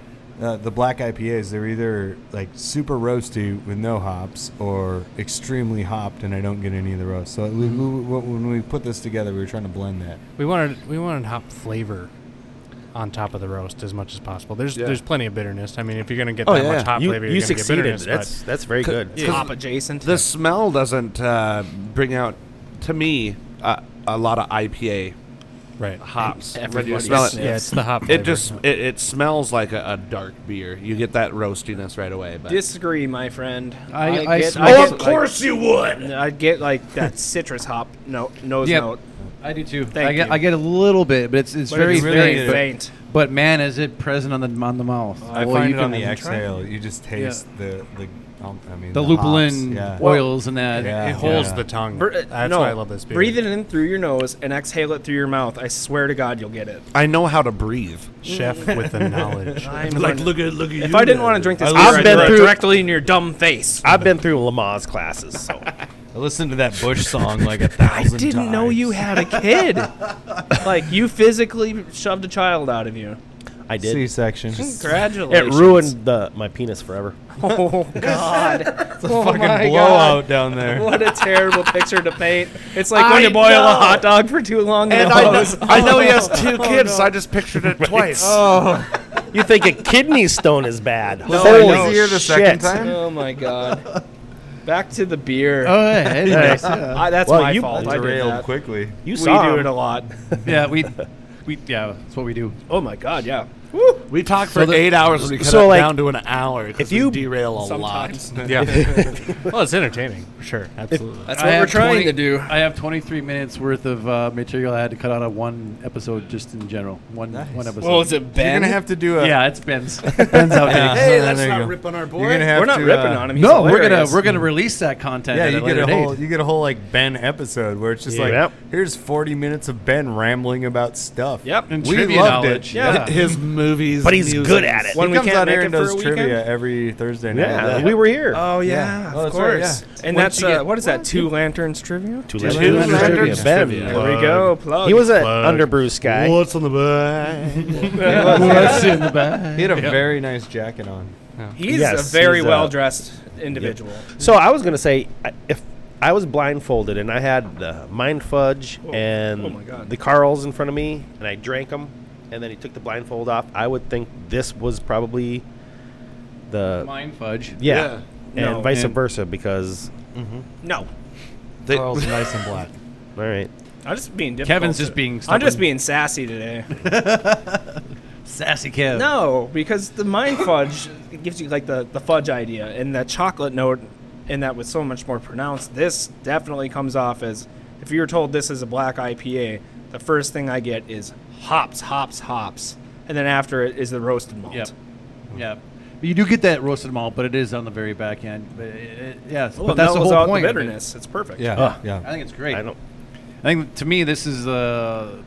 F: uh, the black IPAs, they're either like super roasty with no hops or extremely hopped, and I don't get any of the roast. So we, we, we- when we put this together, we were trying to blend that.
E: We wanted we wanted hop flavor on top of the roast as much as possible. There's
C: Yeah.
E: there's plenty of bitterness. I mean, if you're going to get
F: Oh,
E: that
F: yeah.
E: much hop
B: You,
E: flavor,
B: you
E: you're going to get
B: succeeded.
E: bitterness. but
B: That's that's very good.
D: Top adjacent.
C: The smell doesn't uh, bring out, to me, uh, a lot of IPA
E: right.
C: hops. When you
D: Everybody
C: smell
D: sniffs.
C: it,
E: Yeah, it's the hop.
C: it
E: flavor.
C: just it, it smells like a, a dark beer. You get that roastiness right away. But
D: Disagree, my friend.
A: I- I
D: get,
A: smell-
D: I
A: Oh,
D: get
A: of
D: like-
C: you would.
D: I get like that citrus hop no, nose
A: Yep.
D: note.
A: I do too.
D: Thank
A: I get
D: you.
A: I get a little bit, but it's it's
D: But
A: very
D: it's really
A: faint. but-
D: faint.
A: But, man, is it present on the on the mouth?
F: I
A: Well,
F: find
A: you
F: it on
A: can-
F: the exhale. You just taste the the. Um, I mean
A: the,
F: hops,
A: lupulin
F: yeah.
A: oils and that.
F: Yeah.
E: it holds
F: yeah.
E: the tongue.
D: Br- uh,
E: That's
D: no,
E: why I love this beer.
D: Breathe it in through your nose and exhale it through your mouth. I swear to God, you'll get it.
C: I know how to breathe.
E: chef with the knowledge.
C: Like look at look at you.
D: if I didn't want to drink this,
B: I
D: beer, I'd
B: live
D: do it
B: through-
D: directly in your dumb face.
B: I've been through Lamaze classes, so
F: I listened to that Bush song like a thousand times.
D: had a kid. like you physically shoved a child out of you.
B: I did.
F: C-section.
B: It
D: Congratulations.
B: ruined the my penis forever.
D: Oh God. it's a
F: Fucking blowout down there.
D: What a terrible picture to paint. It's like when
C: I
D: you boil
C: know.
D: a hot dog for too long.
C: And
D: the
C: I know,
D: hose-
C: I know he has two
D: Oh,
C: kids,
D: no.
C: so I just pictured it twice.
F: Oh.
B: You think a kidney stone is bad?
D: No,
B: Holy
D: I know.
F: Easier the second
B: shit.
F: time?
D: Oh my God. Back to the beer.
A: Oh, yeah, it is, yeah.
D: I, that's
B: Well,
D: my
B: you-
F: Oh,
D: fault. I did
F: Derailed
D: that.
F: quickly.
B: You
D: We
B: saw
D: do
B: him.
D: it a lot.
A: yeah, we we yeah, that's what we do.
D: Oh my God. Yeah.
C: we talked for
A: the-
C: eight hours and we cut
B: so,
C: it
B: like,
C: down to an hour
B: if
C: because
B: you-
C: we derail a lot.
E: yeah. well, it's entertaining for sure. Absolutely.
D: That's
A: I
D: what we're
A: have
D: trying
A: 20
D: to do.
A: I have 23 minutes worth of uh, material I had to cut out of one episode just in general. One one episode.
D: Well, is it
F: You're
D: Ben?
F: gonna have to do a.
A: yeah, it's Ben's. Ben's out there.
F: Hey, let's not rip on our boy. You're gonna have
D: We're not
F: to,
D: ripping
F: uh,
D: on him. He's
A: No, we're gonna
D: hilarious.
A: we're gonna release that content.
F: Yeah,
A: at
F: you
A: a
F: get
A: later
F: a
A: date.
F: whole you get a whole like Ben episode where it's just like
B: Yep.
F: here's 40 minutes of Ben rambling about stuff.
D: Yep.
A: And
F: we
A: trivia
F: loved
A: knowledge.
F: it.
A: Yeah.
C: His movies,
B: But he's good at it.
D: When
F: When he
D: we
F: comes
D: can't
F: out
D: make
F: here and
D: it for
F: does
D: a
F: trivia
D: weekend?
F: every Thursday night.
B: Yeah, we were here.
D: Oh yeah,
F: Yeah. Oh,
D: of
F: that's right,
D: course.
F: yeah.
D: And
F: Once
D: that's
F: you
D: uh,
F: get-
D: what is that? Two lanterns trivia.
B: Two
C: Two
B: Lanterns
C: Lanterns
B: Trivia.
C: Trivia.
B: Ben.
C: Trivia.
D: There we go. Plug.
B: He was an underbrews guy.
C: What's on the back?
A: What's in the bag?
F: He had a very nice jacket on.
D: He's
B: Yes,
D: a very
B: he's, uh,
D: well dressed individual.
B: So I was gonna say, I- if I was blindfolded and I had the mind fudge and
D: Oh my God.
B: the Carls in front of me, and I drank them, and then he took the blindfold off, I would think this was probably the
A: Mind fudge.
B: yeah, and
D: No.
B: vice
A: And-
B: versa because
D: No,
C: They-
F: Carl's nice and black.
B: all right,
D: I'm just being. Difficult
A: Kevin's just
D: to-
A: being
D: I'm just
A: stubborn.
D: being sassy today.
A: Sassy Kev.
D: no, because the mind fudge it gives you like the the fudge idea, and the chocolate note, and that was so much more pronounced. This definitely comes off as if you were told this is a black IPA, the first thing I get is hops, hops, hops, and then after it is the roasted malt.
A: Yep. Yep. But you do get that roasted malt, but it is on the very back end. But it, it, yes,
D: Well,
A: but that's the
D: mellows
A: whole
D: out
A: point.
D: The
A: of it.
D: bitterness. It's perfect.
F: Yeah.
B: Ugh.
A: I
F: yeah.
A: think it's great.
B: I don't.
A: I think to me this is uh,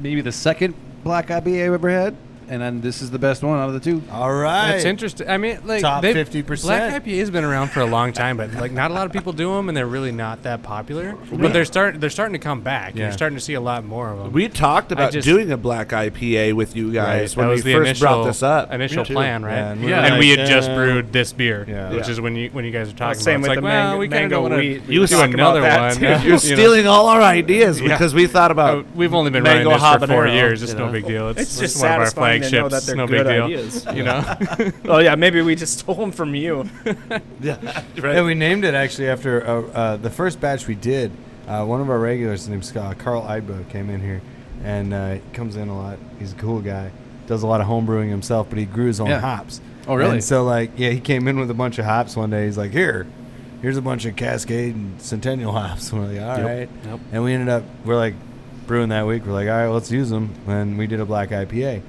A: maybe the second black IPA I've ever had, and then this is the best one out of the two.
F: All right.
E: That's interesting. I mean, like
F: Top
E: they've-
F: 50%.
E: Black IPA has been around for a long time, but like not a lot of people do them, and they're really not that popular. But they're starting. They're starting to come back. and
F: Yeah.
E: You're starting to see a lot more of them.
C: we talked about
E: just-
C: doing a black IPA with you guys
E: that
C: when we
E: was
C: first
E: the initial,
C: brought this up.
E: Initial plan, right?
F: Yeah, and we
A: were
E: and
A: like,
E: we had just
F: uh,
E: brewed this beer,
F: Yeah.
E: which
C: Yeah.
E: is when you when you guys are
D: Well,
E: talking.
D: same
E: about
D: with the
E: it. it's like, well,
D: mango,
E: we kind
D: mango
E: of want
D: wheat.
E: to
D: We
E: do
D: were talking about
E: another
D: that,
E: one.
D: too.
E: Yeah.
D: You're
E: You know,
C: You're stealing all our ideas because we thought
E: uh,
C: about
E: We've only been running
C: mango
E: this for four
C: habanero,
E: years.
C: you
E: It's
C: know?
E: no big deal. It's,
D: It's just
E: one of our
D: satisfying
E: flagships.
D: to know that
E: it's
D: they're
E: no
D: good
E: big deal.
D: ideas.
E: You know,
D: Oh yeah, maybe we just stole them from you.
F: Yeah, we named it actually after uh, uh, the first batch we did. Uh, one of our regulars named Scott, Carl Eidbo came in here, and uh, he comes in a lot. He's a cool guy. Does a lot of home brewing himself, but he grew his own
A: Yeah.
F: hops.
A: Oh, really?
F: And so like, yeah, he came in with a bunch of hops one day. He's like, here, here's a bunch of Cascade and Centennial hops. And we're like, all right.
E: Yep.
F: And we ended up, we're like brewing that week. We're like, all right, let's use them. And we did a black IPA,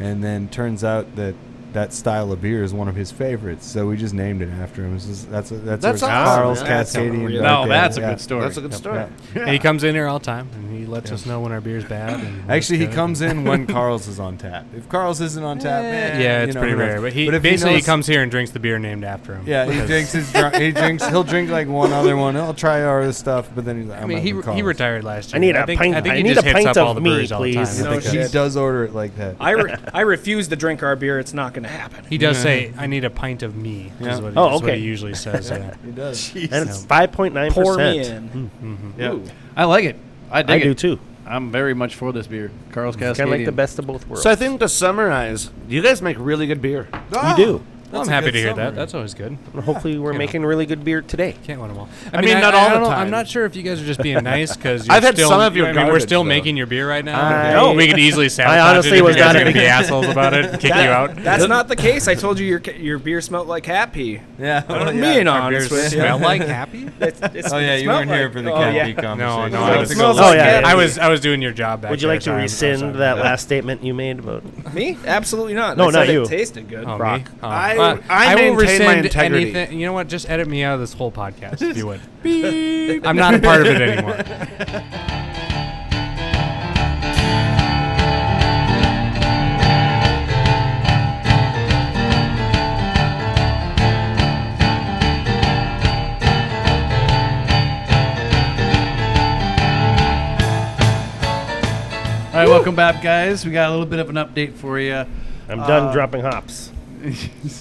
F: and then turns out that. That style of beer is one of his favorites, so we just named it after him. It's just- that's a, that's
C: That's
F: our
C: awesome,
F: Carl's
C: man. That's
F: Cascadian.
C: unreal.
F: Dark
A: No,
F: Ale,
A: that's a
F: yeah.
A: good story.
C: That's a good story.
F: Yeah.
E: And he comes in here all the time, and he lets us know when our beer's bad. And
F: Actually, he
E: good.
F: comes in when Carl's is on tap. If Carl's isn't on tap, man,
E: Yeah,
F: you
E: it's
F: know,
E: pretty
F: who knows.
E: rare. But he
F: if
E: basically he
F: knows-
E: comes here and drinks the beer named after him.
F: Yeah, he
E: because-
F: drinks his. Drunk, he drinks. He'll drink like one other one. He'll try all this stuff, but then he's like, I'm
E: I mean, he,
F: having
E: he
F: Carl's.
E: retired last year.
B: I need
E: a
B: a pint- I need a pint of me, please.
F: I
D: No
F: think he
D: shit.
F: does order it like that.
D: I, re- I refuse to drink our beer. It's not going to happen.
E: He does say, "I need a pint of me."
F: Yeah.
E: Is what he,
B: Oh,
E: is what
B: okay.
E: he usually says. Yeah.
F: He does.
B: And it's five point nine
D: Pour me
B: percent.
D: in.
F: Yeah.
A: I like it. I dig
B: I
A: it.
B: do too.
A: I'm very much for this beer. Carl's Cascade.
E: Oh.
B: Kind of like the best of both worlds.
F: Ah!
C: So I think to summarize, you guys make really good beer.
B: you do.
E: Well,
F: That's
E: I'm
F: a
E: happy
F: good
E: to hear
F: summary.
E: that. That's always good.
D: Ah.
B: And hopefully, we're
E: you know.
B: making really good beer today.
E: Can't want them all. I,
C: I mean, not all the
E: don't know-
C: time.
E: I'm not sure if you guys are just being nice because
C: I've had
E: still,
C: some of your
E: I mean, we're
C: garbage,
E: still
C: though.
E: making your beer right now.
B: I-
E: Okay.
B: No.
E: we could easily sabotage
B: honestly
E: it if
B: was
E: you guys
B: not
E: are gonna
B: a-
E: be assholes about it, and kick you out.
D: That's not the case. I told you your ca- your beer smelled like hat pee.
F: Yeah.
D: I'm being honest with you.
E: Smell like happy?
D: It's, it's,
F: Oh yeah,
D: it
F: you
D: smelled
F: weren't here
D: like-
F: for the
D: oh,
F: cat
D: yeah.
F: pee conversation.
E: No, no,
F: We'll
E: I
F: have
E: was,
F: to
D: It
F: go
D: smells
F: look
B: like
F: at
B: cat
F: it.
B: pee.
E: I was I was doing your job back
B: Would you
E: there,
B: like to
E: so I'm- I'm sorry.
B: rescind that last statement you made about?
D: Me? Absolutely not.
B: No,
D: I said
B: not you.
D: It tasted good.
E: Oh,
B: Brock.
E: me? Oh.
C: I-
E: Uh,
C: I
E: will
C: maintain my
E: rescind
C: integrity.
E: Anything. You know what? Just edit me out of this whole podcast if you would. I'm not a part of it anymore.
A: All right, welcome back, guys. We got a little bit of an update for you.
B: I'm
A: Uh,
B: done dropping hops.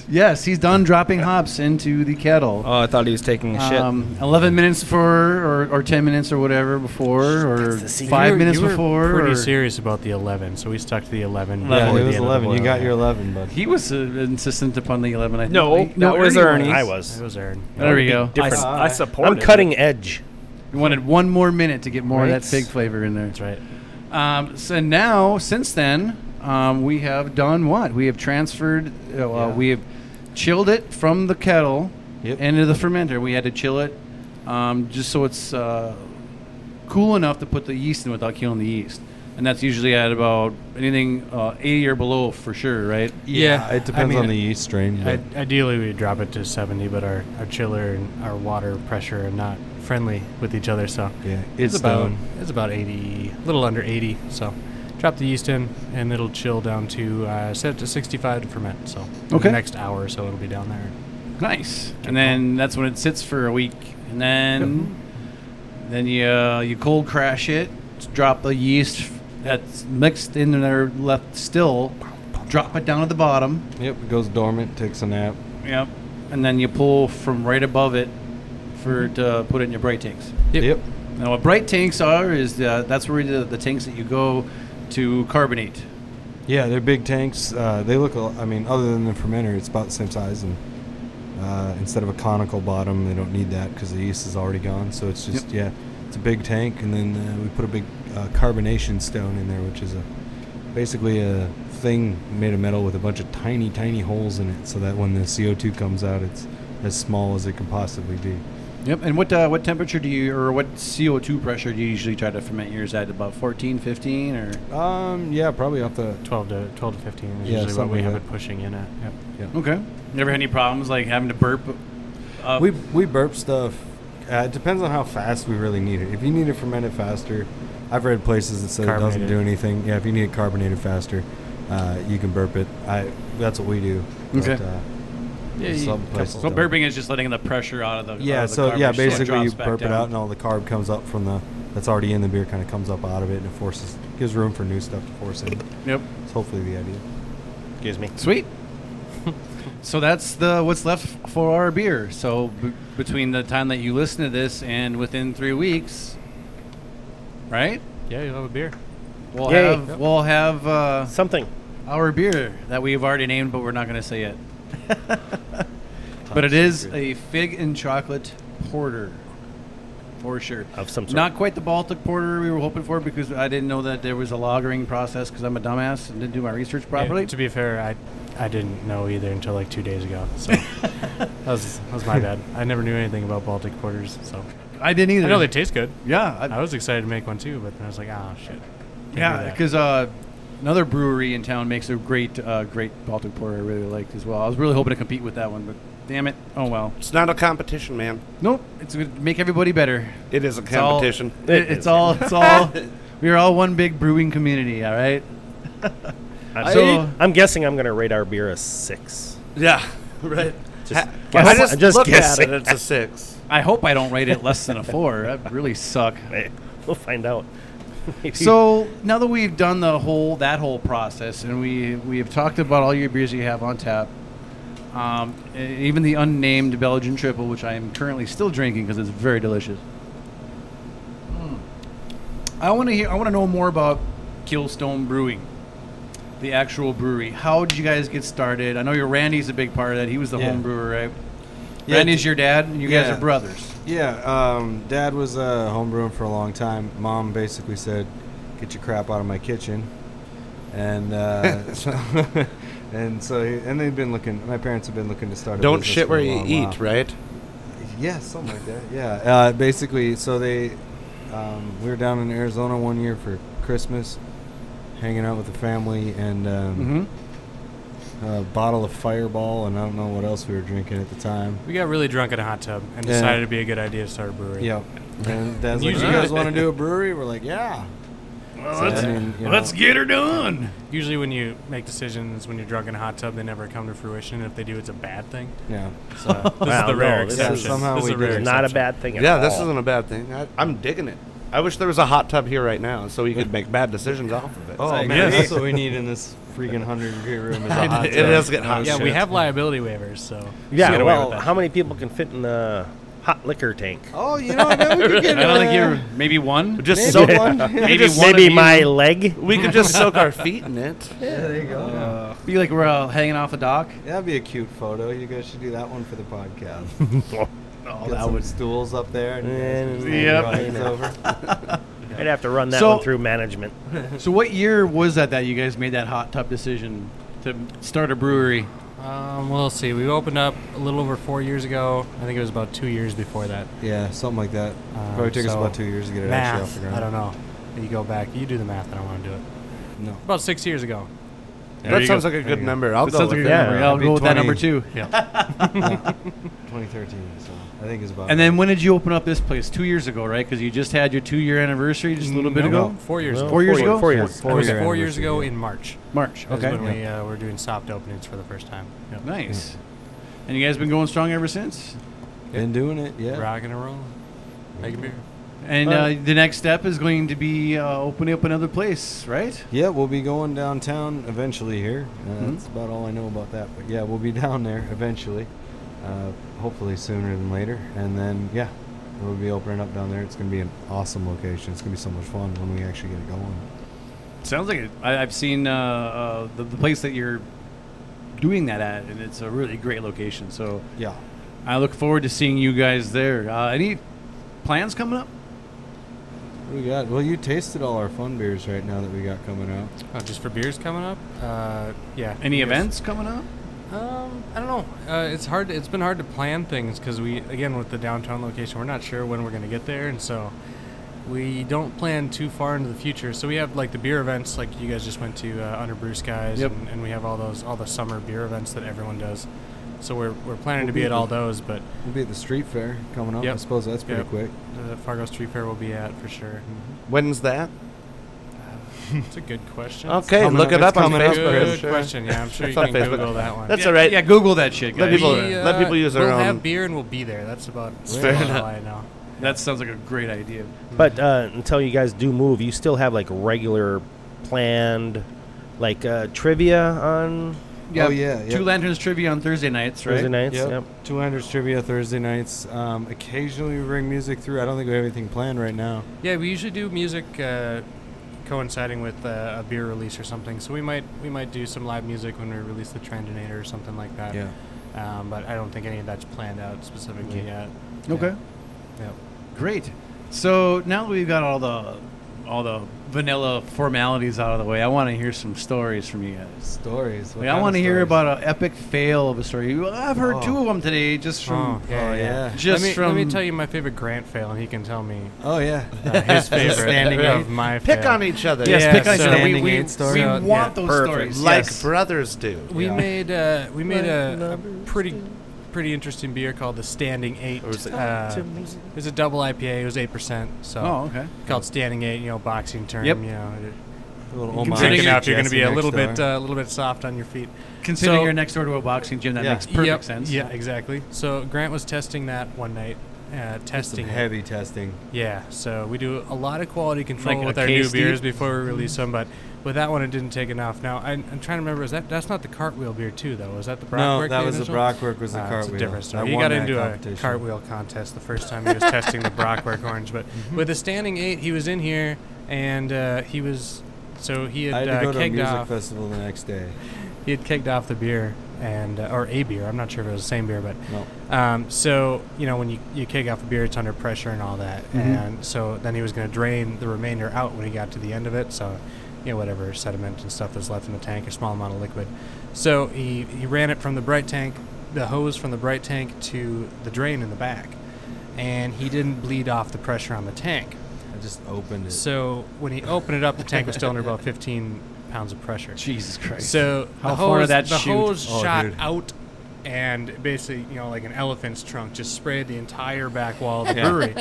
A: Yes, he's done dropping hops into the kettle.
D: Oh, I thought he was taking a shit.
A: Um, Eleven minutes before, or, or ten minutes, or whatever before, or
E: You
A: five
E: were-
A: minutes
E: you were
A: before.
E: Pretty
A: or-
E: serious about the 11, so we stuck to the 11.
A: Yeah,
F: Yeah,
E: before the
F: it was
E: end of the
F: 11. You
E: boil.
F: got your 11, bud.
A: He was uh, insistent upon the eleven. I think.
D: No,
A: Wait,
D: that was Ernie.
B: I
E: It
B: was.
E: was Aaron.
A: There we go.
D: I,
B: Different.
D: s- I support
B: I'm
D: it.
B: cutting edge.
A: We wanted one more minute to get more of that
B: Right.
A: fig flavor in there.
E: That's right.
A: Um, so now, since then, um, we have done what? We have transferred, uh, well, we have chilled it from the kettle
F: Yep.
A: into the fermenter. We had to chill it um, just so it's uh, cool enough to put the yeast in without killing the yeast. And that's usually at about anything uh, 80 or below for sure, right?
E: Yeah, I
F: it depends
E: mean,
F: on the yeast strain. but-
E: I, ideally, we drop it to 70, but our, our chiller and our water pressure are not friendly with each other, so
F: yeah,
E: it's
F: it's
E: about
F: stone.
E: it's about 80, a little under 80. So drop the yeast in, and it'll chill down to uh, set it to 65 to ferment. So in the
A: Okay.
E: next hour or so, it'll be down there.
A: Nice. And then that's when it sits for a week, and then then you uh, you cold crash it, drop the yeast that's mixed in there left still, drop it down at the bottom.
F: Yep, it goes dormant, takes a nap.
A: Yep. And then you pull from right above it for to put it in your bright tanks.
E: Yep.
A: Now what bright tanks are is the, that's where the, the tanks that you go to carbonate.
F: Yeah, they're big tanks. Uh, they look, a- I mean, other than the fermenter, it's about the same size. And uh, instead of a conical bottom, they don't need that because the yeast is already gone. So it's just, yeah, it's a big tank. And then uh, we put a big uh, carbonation stone in there, which is a basically a thing made of metal with a bunch of tiny, tiny holes in it so that when the CO2 comes out, it's as small as it can possibly be.
A: Yep. And what uh, what temperature do you or what CO2 pressure do you usually try to ferment yours at? About 14, 15 or
F: Um, yeah, probably off the
E: 12 to 12 to 15 is
F: Yeah,
E: usually what we
F: something
E: have
F: like
E: it pushing in at. Yep.
A: Okay. Never had any problems like having to burp. Up.
F: We we burp stuff. Uh, it depends on how fast we really need it. If you need it fermented faster, I've read places that say it doesn't
E: Carbonated.
F: do anything. Yeah, if you need it carbonated faster, uh, you can burp it. I that's what we do.
A: Okay.
F: uh,
A: Yeah,
F: some
A: you-
F: places
A: so
F: don't.
A: burping is just letting the pressure out of the out
F: yeah.
A: of the
F: So yeah,
A: garbage, so it
F: basically you
A: drops back
F: burp it
A: down.
F: out, and all the carb comes up from the that's already in the beer. Kind of comes up out of it, and it forces gives room for new stuff to force in.
A: Yep.
F: It's hopefully the idea.
B: Excuse me.
A: Sweet. so that's the what's left for our beer. So b- between the time that you listen to this and within three weeks, right?
E: Yeah, you'll have a beer.
A: We'll
B: Yay.
A: have we'll have uh,
B: Something.
A: our beer that we've already named, but we're not going to say it. but it is a fig and chocolate porter, for sure.
B: Of some sort.
A: Not quite the Baltic porter we were hoping for because I didn't know that there was a lagering process because I'm a dumbass and didn't do my research properly.
E: Yeah, to be fair, I I didn't know either until like two days ago. So that was that was my bad. I never knew anything about Baltic porters. So
A: I didn't either.
E: I know they taste good.
A: yeah, I-
E: I was excited to make one too, but then I was like, ah, shit. Can't do
A: yeah,
E: that."
A: because uh, another brewery in town makes a great, uh, great Baltic porter I really liked as well. I was really hoping to compete with that one, but damn it, oh well.
C: It's not a competition, man.
A: Nope, it's gonna make everybody better.
C: It is a
A: It's all-
C: competition.
A: it- it's all. It's all. we are all one big brewing community. All right.
B: I'm,
A: So-
B: I'm guessing I'm going to rate our beer a six.
C: yeah, right.
B: Just guess-
C: I just,
B: I'm just
C: looked
B: guessing.
C: at it. It's a six.
A: I hope I don't rate it less than a four. That'd really suck.
B: Eh, We'll find out. Maybe.
A: So now that we've done the whole that whole process, and we we have talked about all your beers you have on tap, um, e- even the unnamed Belgian triple, which I am currently still drinking because it's very delicious.
F: Hmm.
A: I want to hear. I want to know more about Killstone Brewing. the actual brewery. How did you guys get started? I know your Randy's a big part of that. He was the
F: Yeah.
A: home brewer, right?
F: Yeah,
A: Randy's your dad, and you guys
F: yeah.
A: are brothers.
F: Yeah, um, dad was uh, homebrewing for a long time. Mom basically said, "Get your crap out of my kitchen," and uh, so, and so he- and they've been looking. My parents have been looking to start. A
C: Don't
F: business
C: shit
F: for
C: where
F: a
C: you
F: long
C: eat,
F: while.
C: right?
F: Yeah, something like that. Yeah. Uh, basically, so they, um, we were down in Arizona one year for Christmas, hanging out with the family, and um,
C: Mm-hmm.
F: a bottle of Fireball, and I don't know what else we were drinking at the time.
E: We got really drunk in a hot tub and
F: Yeah.
E: decided it'd be a good idea to start a brewery.
F: Yep. And Dad's like, you
E: Usually-
F: guys want to do a brewery? We're like, yeah.
A: Well,
F: So, I mean, you know,
A: get her done.
E: Usually, when you make decisions when you're drunk in a hot tub, they never come to fruition. If they do, it's a bad thing.
F: Yeah.
E: So this
B: Wow,
E: is the rare
B: no, this is
E: exception.
F: somehow
E: this is
F: we
E: a rare
F: did
B: It's
F: it.
B: not a
E: exception.
B: bad thing. At
C: Yeah, this
B: all.
C: isn't a bad thing. I, I'm digging it. I wish there was a hot tub here right now so you could make bad decisions off of it.
F: Oh, man,
E: yes.
F: that's what we need in this freaking 100 degree room is a hot
C: it
F: tub.
C: does get hot.
E: Yeah,
C: shit.
E: we have liability waivers, so
B: Yeah,
E: away
B: well,
E: with that.
B: how many people can fit in the hot liquor tank?
F: Oh, you know, I know we could
A: I
F: get
A: don't think
F: uh,
A: you're maybe one.
C: just
F: maybe
C: soak.
F: one.
A: Maybe
B: Just
A: one of
B: maybe
A: you.
B: my leg.
C: We could just soak our feet in it.
F: Yeah, there you go.
A: Be like we're uh, hanging off a dock.
F: That'd be a cute photo. You guys should do that one for the podcast.
A: Oh,
F: Get some stools up there and you guys can
A: Yep.
F: roll these over.
B: I'd have to run that
A: So-
B: one through management.
A: So what year was that that you guys made that hot tub decision to start a brewery?
E: um, we'll see. We opened up a little over four years ago. I think it was about two years before that.
F: Yeah, something like that.
E: Um,
F: Probably took us
E: so-
F: about two years to get it actually off the
E: math.
F: ground.
E: I don't know. You go back. You do the math. I don't want to do it.
F: No.
E: About six years ago.
C: that sounds like a
F: you
C: good
F: go.
C: number. I'll
A: That
C: go
A: sounds
C: with
A: like a
C: it.
B: Yeah.
A: good number. I'll
F: It'd be
A: go with that number
F: 20.
A: two.
F: 2013. So I think it's about.
A: And then when did you open up this place? Two years ago, right? Because you just had your two-year anniversary just a little bit
E: No,
A: ago.
E: no, Four years
B: No,
E: ago.
A: Four years ago?
B: Four
A: Four-
B: years.
E: It was
F: Four-year
E: four years
F: anniversary,
E: ago
F: yeah.
E: in March.
A: March.
E: Okay.
A: Okay.
E: When we uh, were doing soft openings for the first time. Yep.
A: Nice. And you guys been going strong ever since.
F: Been doing it, yeah.
E: Rocking and rolling. Making beer.
A: And uh, the next step is going to be uh, opening up another place, right?
F: Yeah, we'll be going downtown eventually here. Uh, That's about all I know about that. But yeah, we'll be down there eventually. Uh, hopefully sooner than later. And then, yeah, we'll be opening up down there. It's going to be an awesome location. It's going to be so much fun when we actually get it going.
A: Sounds like it. I, I've seen uh, uh, the, the place that you're doing that at, and it's a really great location. So
F: Yeah.
A: I look forward to seeing you guys there. Uh, any plans coming up?
F: What do we got? Well, you tasted all our fun beers right now that we got coming out.
E: Oh, just for beers coming up. Uh, yeah.
A: Any
E: Yes.
A: events coming up?
E: Um, I don't know. Uh, it's hard. It's been hard to plan things because we, again, with the downtown location, we're not sure when we're going to get there, and so we don't plan too far into the future. So we have like the beer events, like you guys just went to uh, Under Brew Skies,
A: Yep.
E: and, and we have all those all the summer beer events that everyone does. So we're, we're planning to be at all those, but
F: We'll be at the street fair coming up. I
E: Yep.
F: suppose that's pretty
E: Yep.
F: quick.
E: the Fargo Street Fair will be at for sure.
C: When's that?
E: It's a good question.
C: Okay,
F: coming
C: look
F: up.
C: it
F: It's
C: up on
F: coming up.
C: Facebook.
E: Good question. Yeah, I'm sure you
C: It's on
E: can
C: Facebook.
E: Google that one.
C: That's all right.
A: Yeah, Google that shit,
C: Let
A: guys.
C: people-
E: We, uh,
C: let people use their
E: we'll
C: own-
E: have beer and we'll be there. That's about that's
C: Fair
E: about
C: enough.
E: all I know.
A: that sounds like a great idea.
B: But uh, until you guys do move, you still have like regular planned, like uh, trivia on
F: Oh, yeah,
A: Two
F: yep.
A: Lanterns Trivia on Thursday nights, right?
B: Thursday nights.
F: Yep.
B: Yep.
F: 200's trivia Thursday nights. Um, occasionally we bring music through. I don't think we have anything planned right now.
E: Yeah, we usually do music uh, coinciding with uh, a beer release or something. So we might we might do some live music when we release the Trendinator or something like that. Um, but I don't think any of that's planned out specifically yet.
A: Okay.
E: Yeah.
A: Great. So now that we've got all the all the vanilla formalities out of the way, I want to hear some stories from you guys.
F: Stories. What
A: Like, I
F: kind
A: want to
F: of
A: hear
F: stories?
A: about an epic fail of a story. Well, I've heard
F: Oh.
A: two of them today, just from
E: Oh, yeah,
F: Oh,
E: yeah.
F: yeah.
A: Just
E: let me,
A: from-
E: let me tell you my favorite Grant fail, and he can tell me
F: Oh yeah.
E: uh, his favorite
F: Standing
E: of
F: eight.
E: my
C: Pick
E: fail.
C: on each other.
A: yes,
E: Yeah,
A: pick on each
E: so-
A: other. We,
F: Standing
A: we,
F: eight story.
A: we
E: Yeah,
A: want those
E: perfect.
A: stories.
C: Like
A: yes.
C: brothers do.
E: We
F: Yeah.
E: made uh, we made
B: Like
E: a,
B: lovers
E: a pretty pretty interesting beer called the Standing Eight.
C: Or is it-
E: Uh, it was a double IPA. It was eight percent. So
A: Oh, okay.
E: called Standing Eight. You know, boxing term.
A: Yep.
E: You know, it-
F: A little
A: Considering
F: homage
E: drinking
F: to
E: out, you're going to
F: Jesse
E: be a
F: next
E: little bit uh,
F: door.
E: a little bit soft on your feet.
A: Considering
E: So-
A: you're next door to a boxing gym, that
F: Yeah.
A: makes perfect
E: Yep.
A: sense.
E: Yeah, exactly. So Grant was testing that one night. Uh,
F: Some
E: testing it.
F: heavy testing.
E: Yeah, so we do a lot of quality control
A: Like a
E: with our new
A: case
E: beers
A: deep?
E: before we
B: Mm-hmm.
E: release them, but with that one, it didn't take enough. Now I'm, I'm trying to remember. Is that that's not the cartwheel beer too, though? Was that the Brockwork?
F: no, that was the
E: initial?
F: Brockwork was the
E: Uh,
F: cartwheel.
E: It's a different
F: I
E: story. He
F: won
E: got
F: that
E: into a
F: competition.
E: cartwheel contest the first time he was
F: Mm-hmm.
E: testing the Brockwork orange, but with a standing eight, he was in here and uh, he was So he
F: I
E: had
F: had
E: uh,
F: to go to a
E: kegged
F: music
E: off.
F: festival the next day.
E: He had kegged off the beer and uh, or a beer. I'm not sure if it was the same beer, but
F: No.
E: um, so you know when you you keg off a beer, it's under pressure and all that. And so then he was going to drain the remainder out when he got to the end of it. So you know whatever sediment and stuff that's left in the tank, a small amount of liquid. So he he ran it from the bright tank, the hose from the bright tank to the drain in the back, and he didn't bleed off the pressure on the tank.
F: I just opened it.
E: So when he opened it up, the tank was still under about 15 pounds of pressure.
A: Jesus Christ.
E: So
A: How
E: the
A: far
E: hose,
A: did that
E: the
A: shoot?
E: hose
F: Oh,
E: shot
F: dude.
E: out, and basically, you know, like an elephant's trunk, just sprayed the entire back wall of the brewery.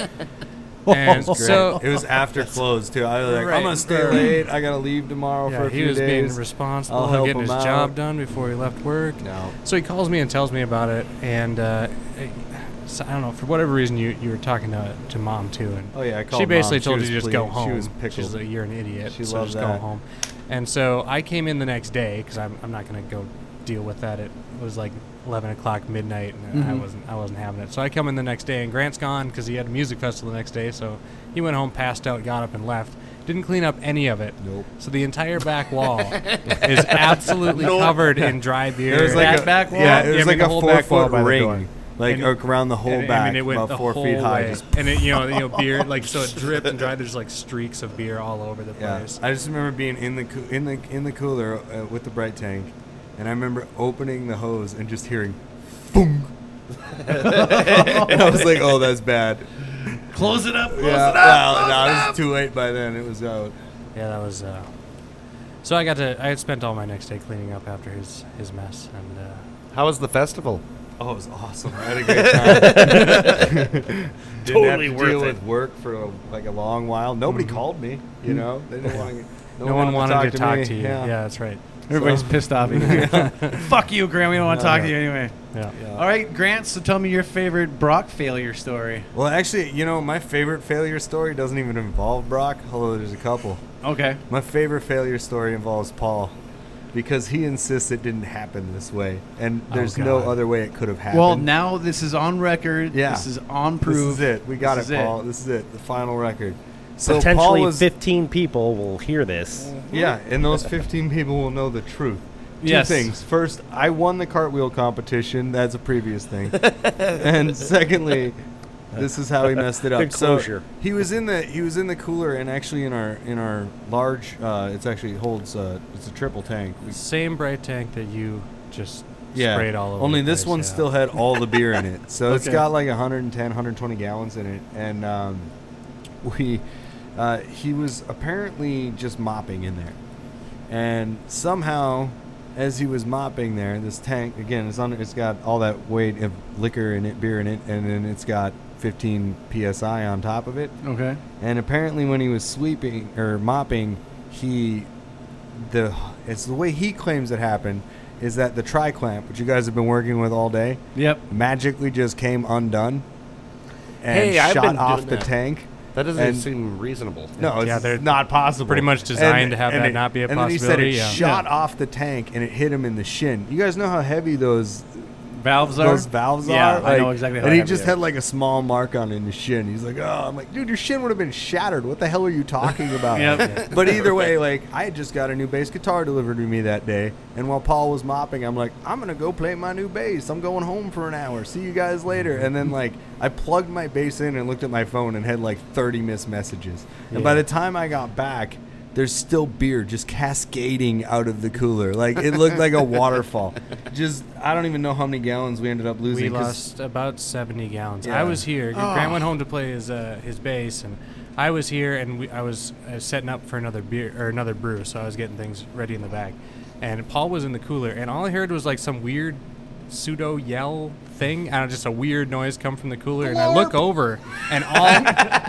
E: and
F: Great.
E: so
F: it was after close too. I was like,
E: Right,
F: I'm gonna stay
E: right.
F: late. I gotta leave tomorrow for
E: yeah,
F: a few
E: he was
F: days.
E: being responsible
F: I'll
E: and
F: help
E: getting his
F: him out.
E: job done before he left work.
F: no,
E: So he calls me and tells me about it, and uh, it- so I don't know for whatever reason you you were talking to to mom too, and
F: Oh, yeah, I
E: she
F: called
E: basically
F: Mom. She
E: told you
F: was
E: to just
F: pleased.
E: go
F: She
E: home.
F: was
E: She's
F: pickled.
E: like, you're an idiot,
F: She
E: so
F: loved
E: just go
F: that.
E: home. And so I came in the next day because I'm I'm not gonna go deal with that. It was like 11 o'clock midnight, and
F: Mm-hmm.
E: I wasn't I wasn't having it. So I come in the next day, and Grant's gone because he had a music festival the next day. So he went home, passed out, got up, and left. Didn't clean up any of it.
F: Nope.
E: So the entire back wall is absolutely covered in dry beer.
F: it was like a
A: back wall?
F: Yeah, it
E: Yeah,
F: was
E: I mean,
F: like
E: the
F: a
E: whole
F: four
E: back wall
F: foot
E: by the
F: ring,
E: door.
F: like
E: And-
F: around the whole
E: And,
F: back,
E: I mean, it went
F: about
E: the
F: four
E: whole
F: feet high.
E: way.
F: Just,
E: and it, you know, you know, beer like so it dripped and dried. There's like streaks of beer all over the
F: yeah,
E: place.
F: I just remember being in the coo- in the in the cooler uh, with the bright tank, and I remember opening the hose and just hearing, boom. and I was like, oh, that's bad.
A: Close it up.
F: yeah, well, no, it was too late by then. It was out.
E: Yeah, that was. Uh, so I got to. I had spent all my next day cleaning up after his his mess, and uh,
C: How was the festival?
F: Oh, it was awesome. I had a great time. Didn't
C: Totally
F: have to
C: worth
F: deal
C: it.
F: with work for a, like a long while. Nobody called me. You know, they didn't want to.
E: Mm-hmm. no, one wanted to talk to, you. Yeah. that's right.
A: Everybody's pissed off. at you. Fuck you, Grant. We don't want to talk to you anyway.
E: Yeah.
F: Yeah.
A: All right, Grant. So tell me your favorite Brock failure story.
F: Well, actually, you know, my favorite failure story doesn't even involve Brock, although there's a couple.
A: Okay.
F: My favorite failure story involves Paul because he insists it didn't happen this way, and there's no
E: God.
F: other way it could have happened.
A: Oh, Well, now this is on record.
F: Yeah.
A: This is on
F: this
A: proof.
F: is it. We got
A: This
F: it,
A: is
F: Paul. This is it. The final record. So Paul
B: Potentially
F: was
B: 15 people will hear this.
F: Yeah, and those 15 people will know the truth. Two
A: Yes.
F: things. First, I won the cartwheel competition. That's a previous thing. and secondly, this is how he messed it up.
B: Good closure.
F: So he was in the he was in the cooler and actually in our in our large. Uh, it's actually holds. Uh, it's a triple tank. We
E: Same bright tank that you just sprayed all over.
F: only
E: the
F: this
E: place,
F: one
E: yeah.
F: still had all the beer in it, so it's
A: Okay.
F: got like 110, 120 gallons in it, and um, we uh, he was apparently just mopping in there, and somehow as he was mopping there, this tank again it's under it's got all that weight of liquor in it, beer in it, and then it's got 15 psi on top of it.
A: It. Okay.
F: And apparently, when he was sweeping or mopping, he the it's the way he claims it happened is that the tri clamp, which you guys have been working with all day,
A: Yep.
F: magically just came undone and
C: Hey, I've
F: shot
C: been
F: off
C: doing
F: the
C: that.
F: tank.
C: That doesn't
F: And-
C: seem reasonable.
F: No, it's
E: Yeah, they're
F: not possible.
E: pretty much designed to have that
F: it-
E: not be a
F: and then he said it
E: possibility, yeah.
F: shot off the tank and it hit him in the shin. You guys know how heavy those
A: Valves are.
F: those valves
A: yeah,
F: are.
A: I know
F: like-
A: exactly how
F: And he
A: heavy
F: just
A: they are.
F: had like a small mark on in his shin. He's like, oh, I'm like, dude, your shin would have been shattered. What the hell are you talking about?
A: Yep.
F: But either way, like, I had just got a new bass guitar delivered to me that day, and while Paul was mopping, I'm like, I'm gonna go play my new bass. I'm going home for an hour. See you guys later. And then like, I plugged my bass in and looked at my phone and had like 30 missed messages. And by the time I got back. There's still beer just cascading out of the cooler. Like it looked like a waterfall. Just I don't even know how many gallons we ended up losing.
E: We
F: 'cause-
E: lost about 70 gallons.
F: Yeah. Oh.
E: I was here. Grant went home to play his uh, his bass, and I was here, and we, I was uh, setting up for another beer or another brew, so I was getting things ready in the back. And Paul was in the cooler, and all I heard was like some weird pseudo yell thing, and just a weird noise come from the cooler. And I look over, and all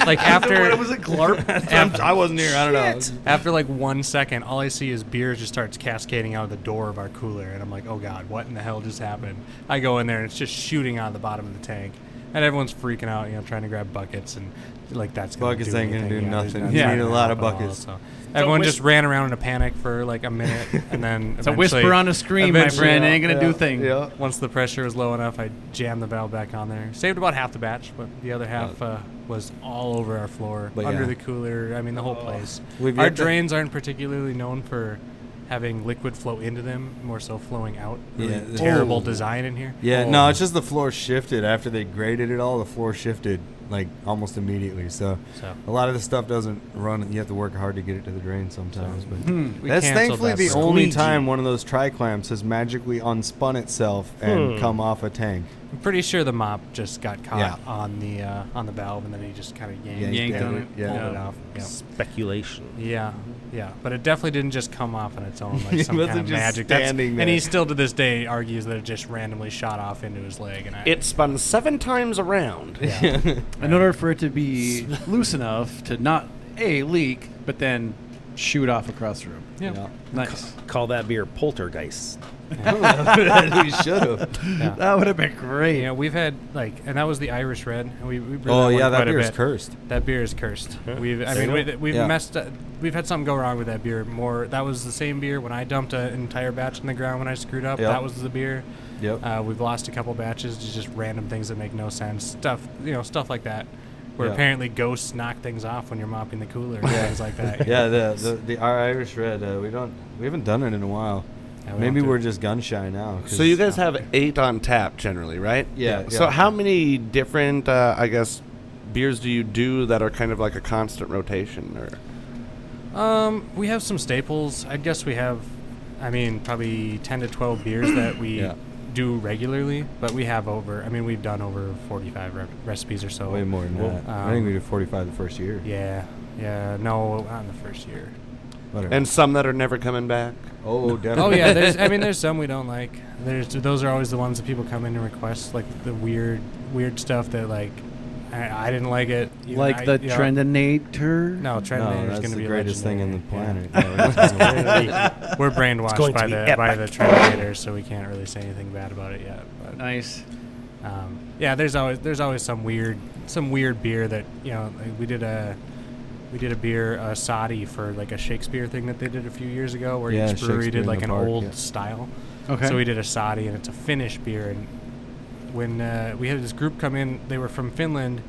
E: like after
A: What was it, Glarp?
E: af-
F: I wasn't here. I don't know.
E: after like one second, all I see is beer just starts cascading out of the door of our cooler, and I'm like, "Oh God, what in the hell just happened?" I go in there, and it's just shooting out of the bottom of the tank. and everyone's freaking out, you know, trying to grab buckets and like that's gonna
F: Buckets
E: do
F: ain't gonna
E: anything.
F: do
E: Yeah, there's
F: nothing.
E: not-
F: You
E: it's not
F: need a
E: gonna
F: lot of
E: help at all,
F: buckets.
E: so everyone
A: whis-
E: just ran around in a panic for like a minute, and then
A: It's a whisper on a scream, my friend. It ain't gonna do thing.
F: Yeah.
E: Once the pressure was low enough, I jammed the valve back on there. Saved about half the batch, but the other half uh, was all over our floor,
F: But
E: under
F: yeah.
E: the cooler. I mean, the whole place.
F: We've
E: our
F: yet to-
E: drains aren't particularly known for having liquid flow into them, more so flowing out. Really
F: Yeah, this-
E: terrible
F: Oh.
E: design in here. Oh.
F: Yeah, no, it's just the floor shifted after they graded it all. The floor shifted like almost immediately. So
E: So
F: a lot of the stuff doesn't run. You have to work hard to get it to the drain sometimes. But
E: Hmm. we
F: that's
E: canceled
F: thankfully
E: that
F: the
E: for-
F: only time one of those tri clamps has magically unspun itself and
B: Hmm.
F: come off a tank.
E: I'm pretty sure the mop just got caught
F: Yeah.
E: on the uh, on the valve, and then he just kind of yanked,
F: Yeah,
E: it,
F: he
A: Yanked
F: did
A: on
F: it.
A: it.
F: Yeah.
E: pulled it off. Yeah.
B: Speculation.
E: Yeah, yeah, but it definitely didn't just come off on its own like
F: It
E: some kind
F: wasn't
E: of
F: just
E: magic. That's-
F: standing
E: And he
F: there.
E: still to this day argues that it just randomly shot off into his leg. And I,
C: It spun seven times around.
E: yeah.
A: In order for it to be loose enough to not a leak, but then shoot off across the room.
E: yeah.
A: Nice.
B: Call that beer poltergeist.
F: we should have.
A: That would have been
E: You
A: great.
E: know, we've had like, and that was the Irish Red. And we, we brewed
F: Oh
E: that
F: yeah,
E: one
F: that
E: quite a
F: beer's
E: bit.
F: cursed.
E: That beer is cursed. We've, I
B: There
E: mean,
B: you
E: we, we've
F: Yeah.
E: messed up. We've had something go wrong with that beer. More, that was the same beer when I dumped an entire batch in the ground when I screwed up.
F: Yeah.
E: That was the beer.
F: Yep.
E: Uh, we've lost a couple batches to just random things that make no sense. Stuff, you know, stuff like that. Where
F: Yeah.
E: apparently ghosts knock things off when you're mopping the cooler and things like that.
F: yeah, the, the the our Irish red. Uh, we don't we haven't done it in a while.
E: Yeah, we
F: Maybe
E: don't do
F: we're
E: it.
F: just gun shy now. 'cause-
C: So you guys have eight on tap generally, right?
F: Yeah, yeah.
C: So how many different, uh, I guess, beers do you do that are kind of like a constant rotation? Or
E: Um, we have some staples. I guess we have, I mean, probably ten to twelve beers that we
F: Yeah.
E: do regularly. But we have over. I mean, we've done over forty-five re- recipes or so.
F: way more than that. I
E: um,
F: think we did 45 the first year.
E: Yeah, yeah. No, not in the first year.
F: Whatever.
C: and some that are never coming back.
F: oh, definitely.
E: Oh yeah, there's, I mean, there's some we don't like. There's those are always the ones that people come in and request, like the weird, weird stuff that like I, I didn't like it. even
A: Like
E: I-
A: the
E: you know.
A: Trendinator.
E: No, Trendinator
F: No,
E: is
F: that's
E: going to
F: the
E: be
F: greatest thing on the
E: legendary.
F: planet.
E: Yeah.
F: No, it's gonna be-
E: We're brainwashed
B: going to
E: by
B: be
E: the by the
B: epic.
E: Terminator, so we can't really say anything bad about it yet. But,
A: Nice.
E: um, yeah, there's always there's always some weird some weird beer that you know like we did a we did a beer a soddy for like a Shakespeare thing that they did a few years ago where
F: Yeah,
E: each brewery
F: Shakespeare
E: did
F: in
E: like
F: the
E: an
F: Park,
E: old
F: yeah.
E: style.
A: Okay.
E: So we did a soddy and it's a Finnish beer and when uh, we had this group come in, they were from Finland,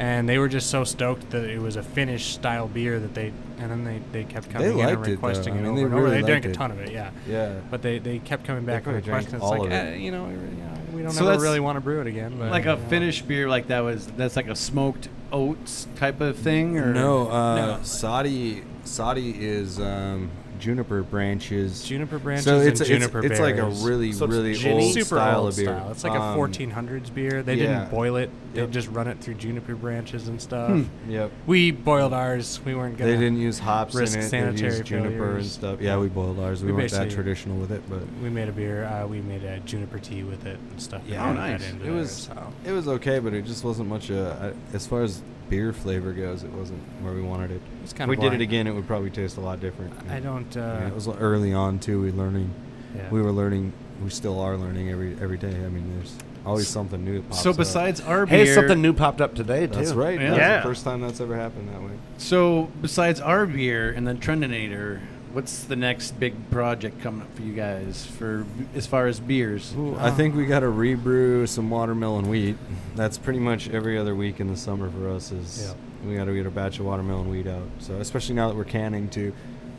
E: and they were just so stoked that it was a Finnish style beer that they, and then they, they kept coming in
F: liked it,
E: and
F: though.
E: requesting
F: I
E: it,
F: mean,
E: over
F: they
E: and over.
F: really
E: They drank
F: liked
E: a
F: it.
E: ton of it, yeah.
F: yeah.
E: But they, they kept coming back and
F: probably drank
E: requesting. It's
F: all
E: like,
F: of it.
E: eh, you know, we really- yeah, we don't
A: So
E: ever
A: that's
E: really want to brew it again. But,
A: Like a
E: you know.
A: Finnish beer, like that was that's like a smoked oats type of thing, or
F: No, uh,
E: No.
F: Saudi Saudi is um, juniper branches.
E: juniper branches
F: so it's
E: and
F: a-
E: juniper
F: it's, it's like a
E: berries.
F: really
C: So it's
F: really
C: ginny?
F: old
E: super
F: style
E: old
F: of beer.
E: style. It's like
F: Um,
E: a 1400s beer. They
F: yeah.
E: didn't boil it. They
F: Yep.
E: just run it through juniper branches and stuff.
F: Yep.
E: We boiled ours. We weren't gonna.
F: They didn't use hops
E: risk
F: in it. They
E: sanitary
F: used juniper and
E: failures.
F: stuff. Yeah, we boiled ours. We,
E: We
F: weren't that
E: basically-
F: traditional with it, but
E: We made a beer. Uh, we made a juniper tea with it and stuff.
F: Yeah. Oh,
E: and added
A: nice.
E: that into
F: It
E: there,
F: was-
E: so.
F: it was okay. But it just wasn't much. Uh, I- as far as beer flavor goes, it wasn't where we wanted it.
E: It's
F: If
E: kind
F: we
E: of.
F: did it again, it would probably taste a lot different.
E: I don't. Uh,
F: I mean, it was early on too. We learning.
E: yeah.
F: We were learning. We still are learning every every day. I mean, there's always something new. That pops
A: So
F: up.
A: besides our
C: Hey,
A: beer,
C: something new popped up today too.
F: That's right.
A: Yeah.
F: That's
B: Yeah.
F: the first time that's ever happened that way.
A: So besides our beer and the Trendinator, what's the next big project coming up for you guys for as far as beers?
F: I think
E: uh,
F: we got to rebrew some watermelon wheat. That's pretty much every other week in the summer for us. Is we got to get a batch of watermelon wheat out. So especially now that we're canning too.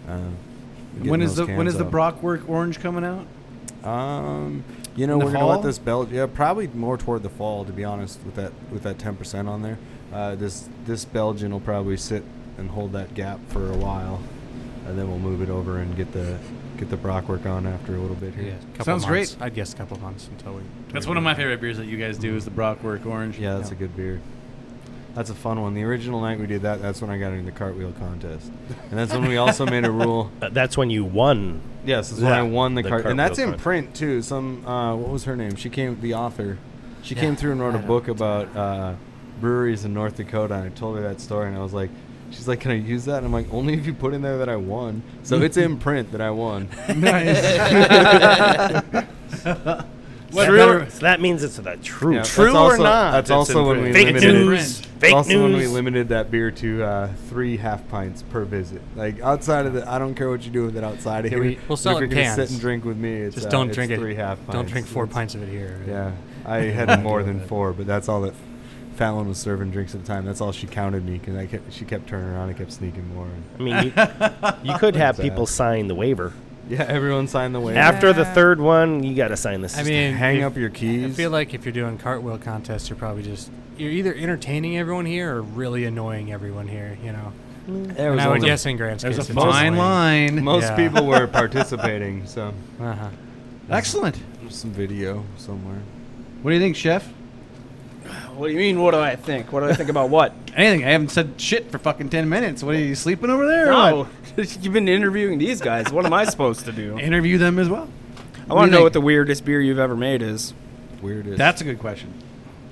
F: Uh, getting
A: When is
F: those
A: the when
F: cans
A: is the
F: out.
A: Brockwork Orange coming out?
F: Um, you know
A: In the
F: we're gonna
A: fall?
F: let this belt. Yeah, probably more toward the fall. To be honest, with that with that ten percent on there, uh, this this Belgian will probably sit and hold that gap for a while, and then we'll move it over and get the get the Brockwork on after a little bit
E: yeah,
F: here.
E: couple
A: Sounds
E: months.
A: great.
E: I'd guess a couple months until we. till
A: That's
E: we
A: one
E: do
A: of my
E: that.
A: favorite beers that you guys do is the Brockwork Orange.
F: Yeah, that's
E: Yeah.
F: a good beer. That's a fun one. The original night we did that, that's when I got in the cartwheel contest, and that's when we also made a rule.
B: Uh, that's when you won.
F: Yes, that's when I
B: Yeah,
F: won the,
B: the
F: cart, and that's
B: cartwheel
F: in
B: cart.
F: print too. Some uh, what was her name? She came, the author. She
E: Yeah,
F: came through and wrote
E: I
F: a
E: know.
F: book about uh, breweries in North Dakota, and I told her that story, and I was like, she's like, can I use that? And I'm like, only if you put in there that I won. So it's in print that I won.
A: nice.
B: That,
C: True or-
B: so that means it's the truth.
F: Yeah, that's
C: True or
F: also-
C: not,
F: That's
C: it's
F: also
C: in
F: when we
C: print.
B: Fake
F: limited
A: news.
B: news. Fake
F: also
B: news.
F: when we limited that beer to uh, three half pints per visit. Like outside of the, I don't care what you do with it outside of
E: Yeah,
F: here.
E: we- we'll sell
F: if
E: it
F: you're
E: in
F: gonna
E: cans.
F: sit and drink with me, it's,
E: Just
F: uh,
E: don't
F: it's
E: drink it.
F: Three half. Pints.
E: Don't drink four pints of it here.
F: Yeah, I had more than four, but that's all that Fallon was serving drinks at the time. That's all she counted me because I kept she kept turning around and kept sneaking more.
B: I mean, you, you could have
F: Sad.
B: people sign the waiver.
F: Yeah, everyone signed the waiver.
B: After the third one, you got to sign this.
E: I mean,
F: hang
E: if-
F: up your
E: I
F: keys.
E: feel like if you're doing cartwheel contests, you're probably just you're either entertaining everyone here or really annoying everyone here. You know,
F: There
E: and
F: was
E: I would
F: only-
E: guess in Grant's
A: There's a
E: case, it's
A: fine
E: annoying.
A: line.
F: Most
E: Yeah.
F: people were participating, so
E: Uh-huh.
A: Excellent.
F: there's some video somewhere.
A: What do you think, Chef?
D: What do you mean? What do I think? What do I think about what?
A: Anything? I haven't said shit for fucking ten minutes. What are you sleeping over there? or
D: No, you've been interviewing these guys. What am I supposed to
A: what?
D: do?
A: Interview them as well.
D: I
A: you
D: want to know
A: think?
D: what the weirdest beer you've ever made is.
F: Weirdest.
A: That's a good question.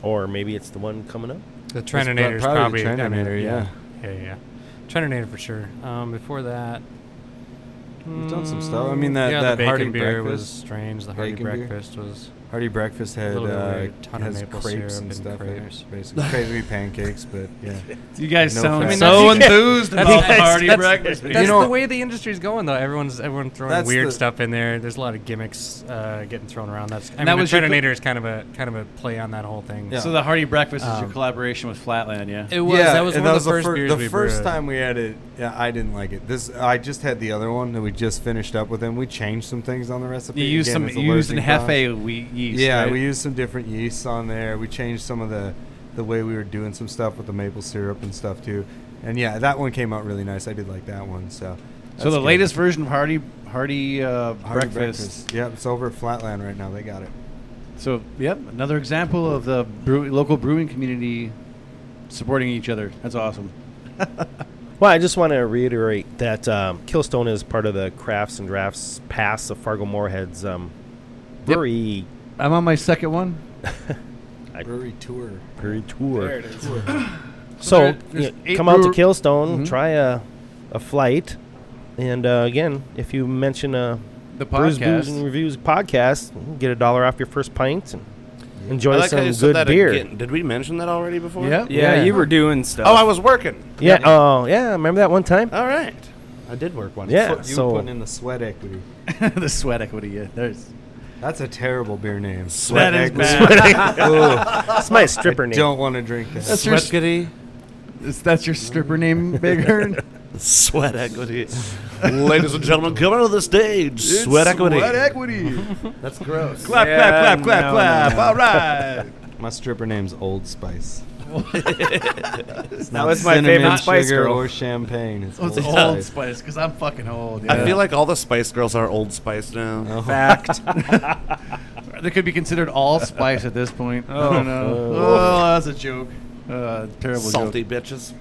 B: or maybe it's the one coming up.
E: The
F: prob-
E: Treninator is
F: probably
E: probably,
F: the
E: I mean,
F: Treninator, yeah.
E: yeah, yeah, yeah. Treninator for sure. Um, before that, mm,
F: We've done some stuff. I mean, that-
E: yeah,
F: that
E: the bacon
F: hearty
E: beer was
F: breakfast-
E: strange. The hearty
F: bacon beer.
E: breakfast was
F: Hardy Breakfast had
E: little bit
F: uh,
E: weird, ton of
F: has
E: maple
F: crepes
E: syrup
F: and
E: and
F: stuff. in it,
E: craters.
F: Basically, crazy pancakes, but yeah.
A: You guys
F: No
A: sound
F: offense.
A: so
B: I mean, that's-
A: enthused
B: that's-
A: about
B: that's-
A: party
B: that's-
A: breakfast.
E: That's
F: You know-
E: the way the industry's going, though. Everyone's everyone throwing
F: That's
E: weird
F: the-
E: stuff in there. There's a lot of gimmicks uh, getting thrown around. That's I mean,
A: that
E: the
A: was your co-
E: Treninator is kind of a kind of a play on that whole thing.
F: Yeah.
A: So the hearty breakfast is your
E: Um,
A: collaboration with Flatland, yeah.
E: It was that was
F: and
E: one of the first
F: fir-
E: beers
F: the
E: we
F: first
E: brewed.
F: time we had it. Yeah, I didn't like it. This I just had the other one that we just finished up with, and we changed some things on the recipe.
A: you used
F: Again,
A: some
F: it's a
A: you used an
F: learning process.
A: hefe wheat yeast.
F: Yeah,
A: right?
F: we used some different yeasts on there. We changed some of the the way we were doing some stuff with the maple syrup and stuff too. And yeah, that one came out really nice. I did like that one.
A: so
F: So that's
A: the
F: good.
A: latest version of hearty hearty, uh,
F: Hearty
A: breakfast.
F: Yep, it's over at Flatland right now. They got it.
A: So yep, another example of the brew- local brewing community supporting each other. That's awesome.
B: Well, I just want to reiterate that um, Killstone is part of the Crafts and Drafts Pass of Fargo Moorhead's um, brewery,
A: I'm on my second one.
F: Brewery tour.
B: brewery tour.
D: There it is.
B: So
A: there- there's
B: yeah,
A: eight
B: come out to
A: brewer-
B: Killstone,
A: Mhm.
B: try a, a flight, and uh, again, if you mention a
A: The
B: Brews, Booze, and
A: podcast.
B: Reviews podcast, you get a dollar off your first pint and enjoy
C: I like how
B: some
C: you said
B: good
C: that
B: beer.
C: again. Did we mention that already before?
A: Yeah.
D: Yeah,
B: Yeah.
D: you were doing stuff.
C: Oh, I was working.
B: Yeah. Oh, yeah. Remember that one time?
C: All right. I did work one.
B: Yeah.
F: you
B: so
F: were putting in the sweat equity.
A: the sweat equity. Yeah, there's
F: That's a terrible beer name.
A: That is
F: Ugh,
B: that's my stripper name.
F: don't want to drink that.
A: That's your Is- that's your stripper name, Big Earn.
C: Sweat equity. Ladies and gentlemen, coming to the stage. sweat equity.
A: Sweat equity.
F: That's gross.
A: clap, clap, clap, clap,
D: no,
A: clap.
F: no.
A: All right.
F: My stripper name's Old Spice. it's
D: That was my
F: cinnamon,
D: favorite Spice
F: sugar,
D: Girl.
F: or champagne. It's,
A: Oh, it's
F: Old
A: old
F: Spice.
A: spice because I'm fucking old.
C: I
A: yeah.
C: feel like all the Spice Girls are Old Spice now.
F: Oh.
D: fact.
A: They could be considered all spice at this point. Oh,
D: Oh.
A: no.
B: Oh.
A: Oh, that's a joke. Uh, terrible joke.
C: Salty bitches.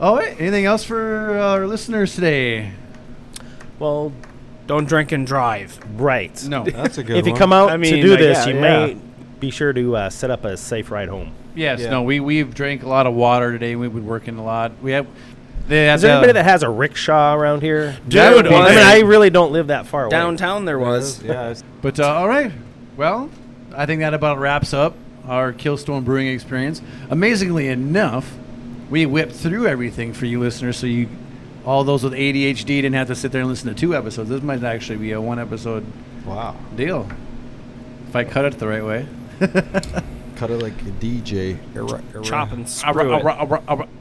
A: Oh, wait. Anything else for uh, our listeners today?
B: Well,
D: Don't drink and drive.
B: right.
A: No.
F: That's a good
B: If you
F: one.
B: come out
D: I
B: to
D: mean,
B: do
D: like,
B: this,
D: yeah,
B: you
D: yeah.
B: may be sure to uh, set up a safe ride home.
A: yes,
F: Yeah.
A: no. We, we've drank a lot of water today. We've been working a lot. We have. They have
B: Is there
A: the-
B: anybody that has a rickshaw around here?
D: That would be
B: I mean,
D: great.
B: I really don't live that far away.
D: Downtown there was.
F: Yeah, it's-
A: But uh, all right, well, I think that about wraps up our Killstone Brewing experience. Amazingly enough, we whipped through everything for you listeners, so you, all those with ADHD, didn't have to sit there and listen to two episodes. This might actually be a one episode
F: wow.
A: deal if I cut it the right way.
F: Cut it like a DJ. Era, era.
D: Chop and screw it.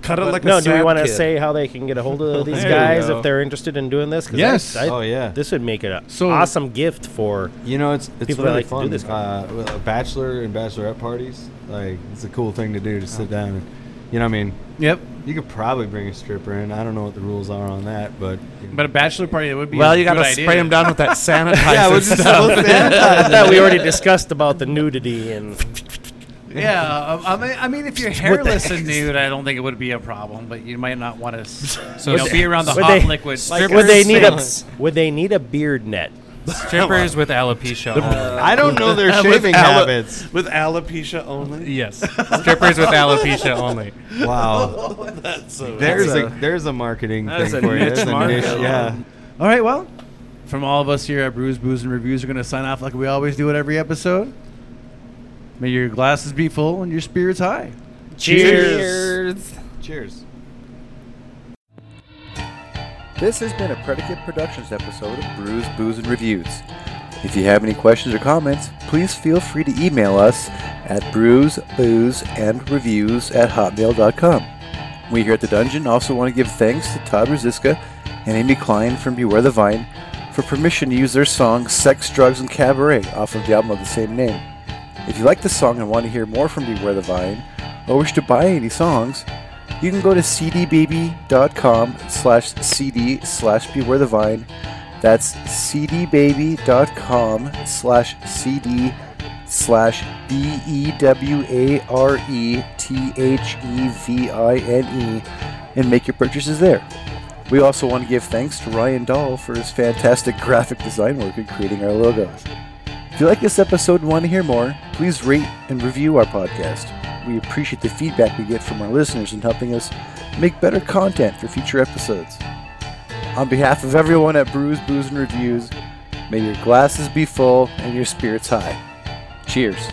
C: Cut it like
B: No,
C: a
B: do we
C: sad
B: want to
C: kid.
B: say how they can get a hold of these
D: There you
B: guys
D: go.
B: if they're interested in doing this? 'Cause I-
A: Yes.
B: I-
F: Oh, yeah.
B: This would make it an
A: So-
B: awesome gift for.
F: You know, it's it's
B: People that
F: really
B: like to do
F: fun.
B: this.
F: Uh, with a bachelor and bachelorette parties, like it's a cool thing to do to sit down and, you know, what I mean,
A: Yep.
F: you could probably bring a stripper in. I don't know what the rules are on that, but
A: But a bachelor party, that would be
C: Well,
A: a
C: you got to
A: good idea.
C: spray them down with that sanitizer
F: yeah, we'll just
C: stuff.
F: we'll sanitize
B: I thought we already discussed about the nudity and
A: Yeah, uh, I mean, I mean, if you're hairless and nude, I don't think it would be a problem. But you might not want to, so you know, be around the
B: would
A: hot
B: they-
A: liquid.
B: would they need a
D: Strippers.
B: would they need a beard net?
E: Strippers with alopecia. only.
F: I don't know their
C: With
F: shaving
C: ale-
F: habits.
C: With alopecia only.
E: yes, strippers with alopecia only.
F: Wow,
C: That's so
F: there's
D: That's
F: a, there's a marketing
D: that is
F: thing
D: a
F: for you.
D: niche
F: There's a
D: market.
F: niche, yeah.
A: All right, well, from all of us here at Brews, Booze, and Reviews, we're going to sign off like we always do at every episode. May your glasses be full and your spirits high.
D: Cheers.
F: Cheers.
H: This has been a Predicate Productions episode of Brews, Booze, and Reviews. If you have any questions or comments, please feel free to email us at brews, booze, and reviews at hotmail.com. We here at The Dungeon also want to give thanks to Todd Rosiska and Amy Klein from Beware the Vine for permission to use their song Sex, Drugs, and Cabaret off of the album of the same name. If you like the song and want to hear more from Beware the Vine, or wish to buy any songs, you can go to cdbaby.com slash cd slash beware the vine. That's cdbaby.com slash cd slash b e w a r e t h e v i n e and make your purchases there. We also want to give thanks to Ryan Dahl for his fantastic graphic design work in creating our logos. If you like this episode and want to hear more, please rate and review our podcast. We appreciate the feedback we get from our listeners in helping us make better content for future episodes. On behalf of everyone at Brews, Booze, and Reviews, may your glasses be full and your spirits high. Cheers.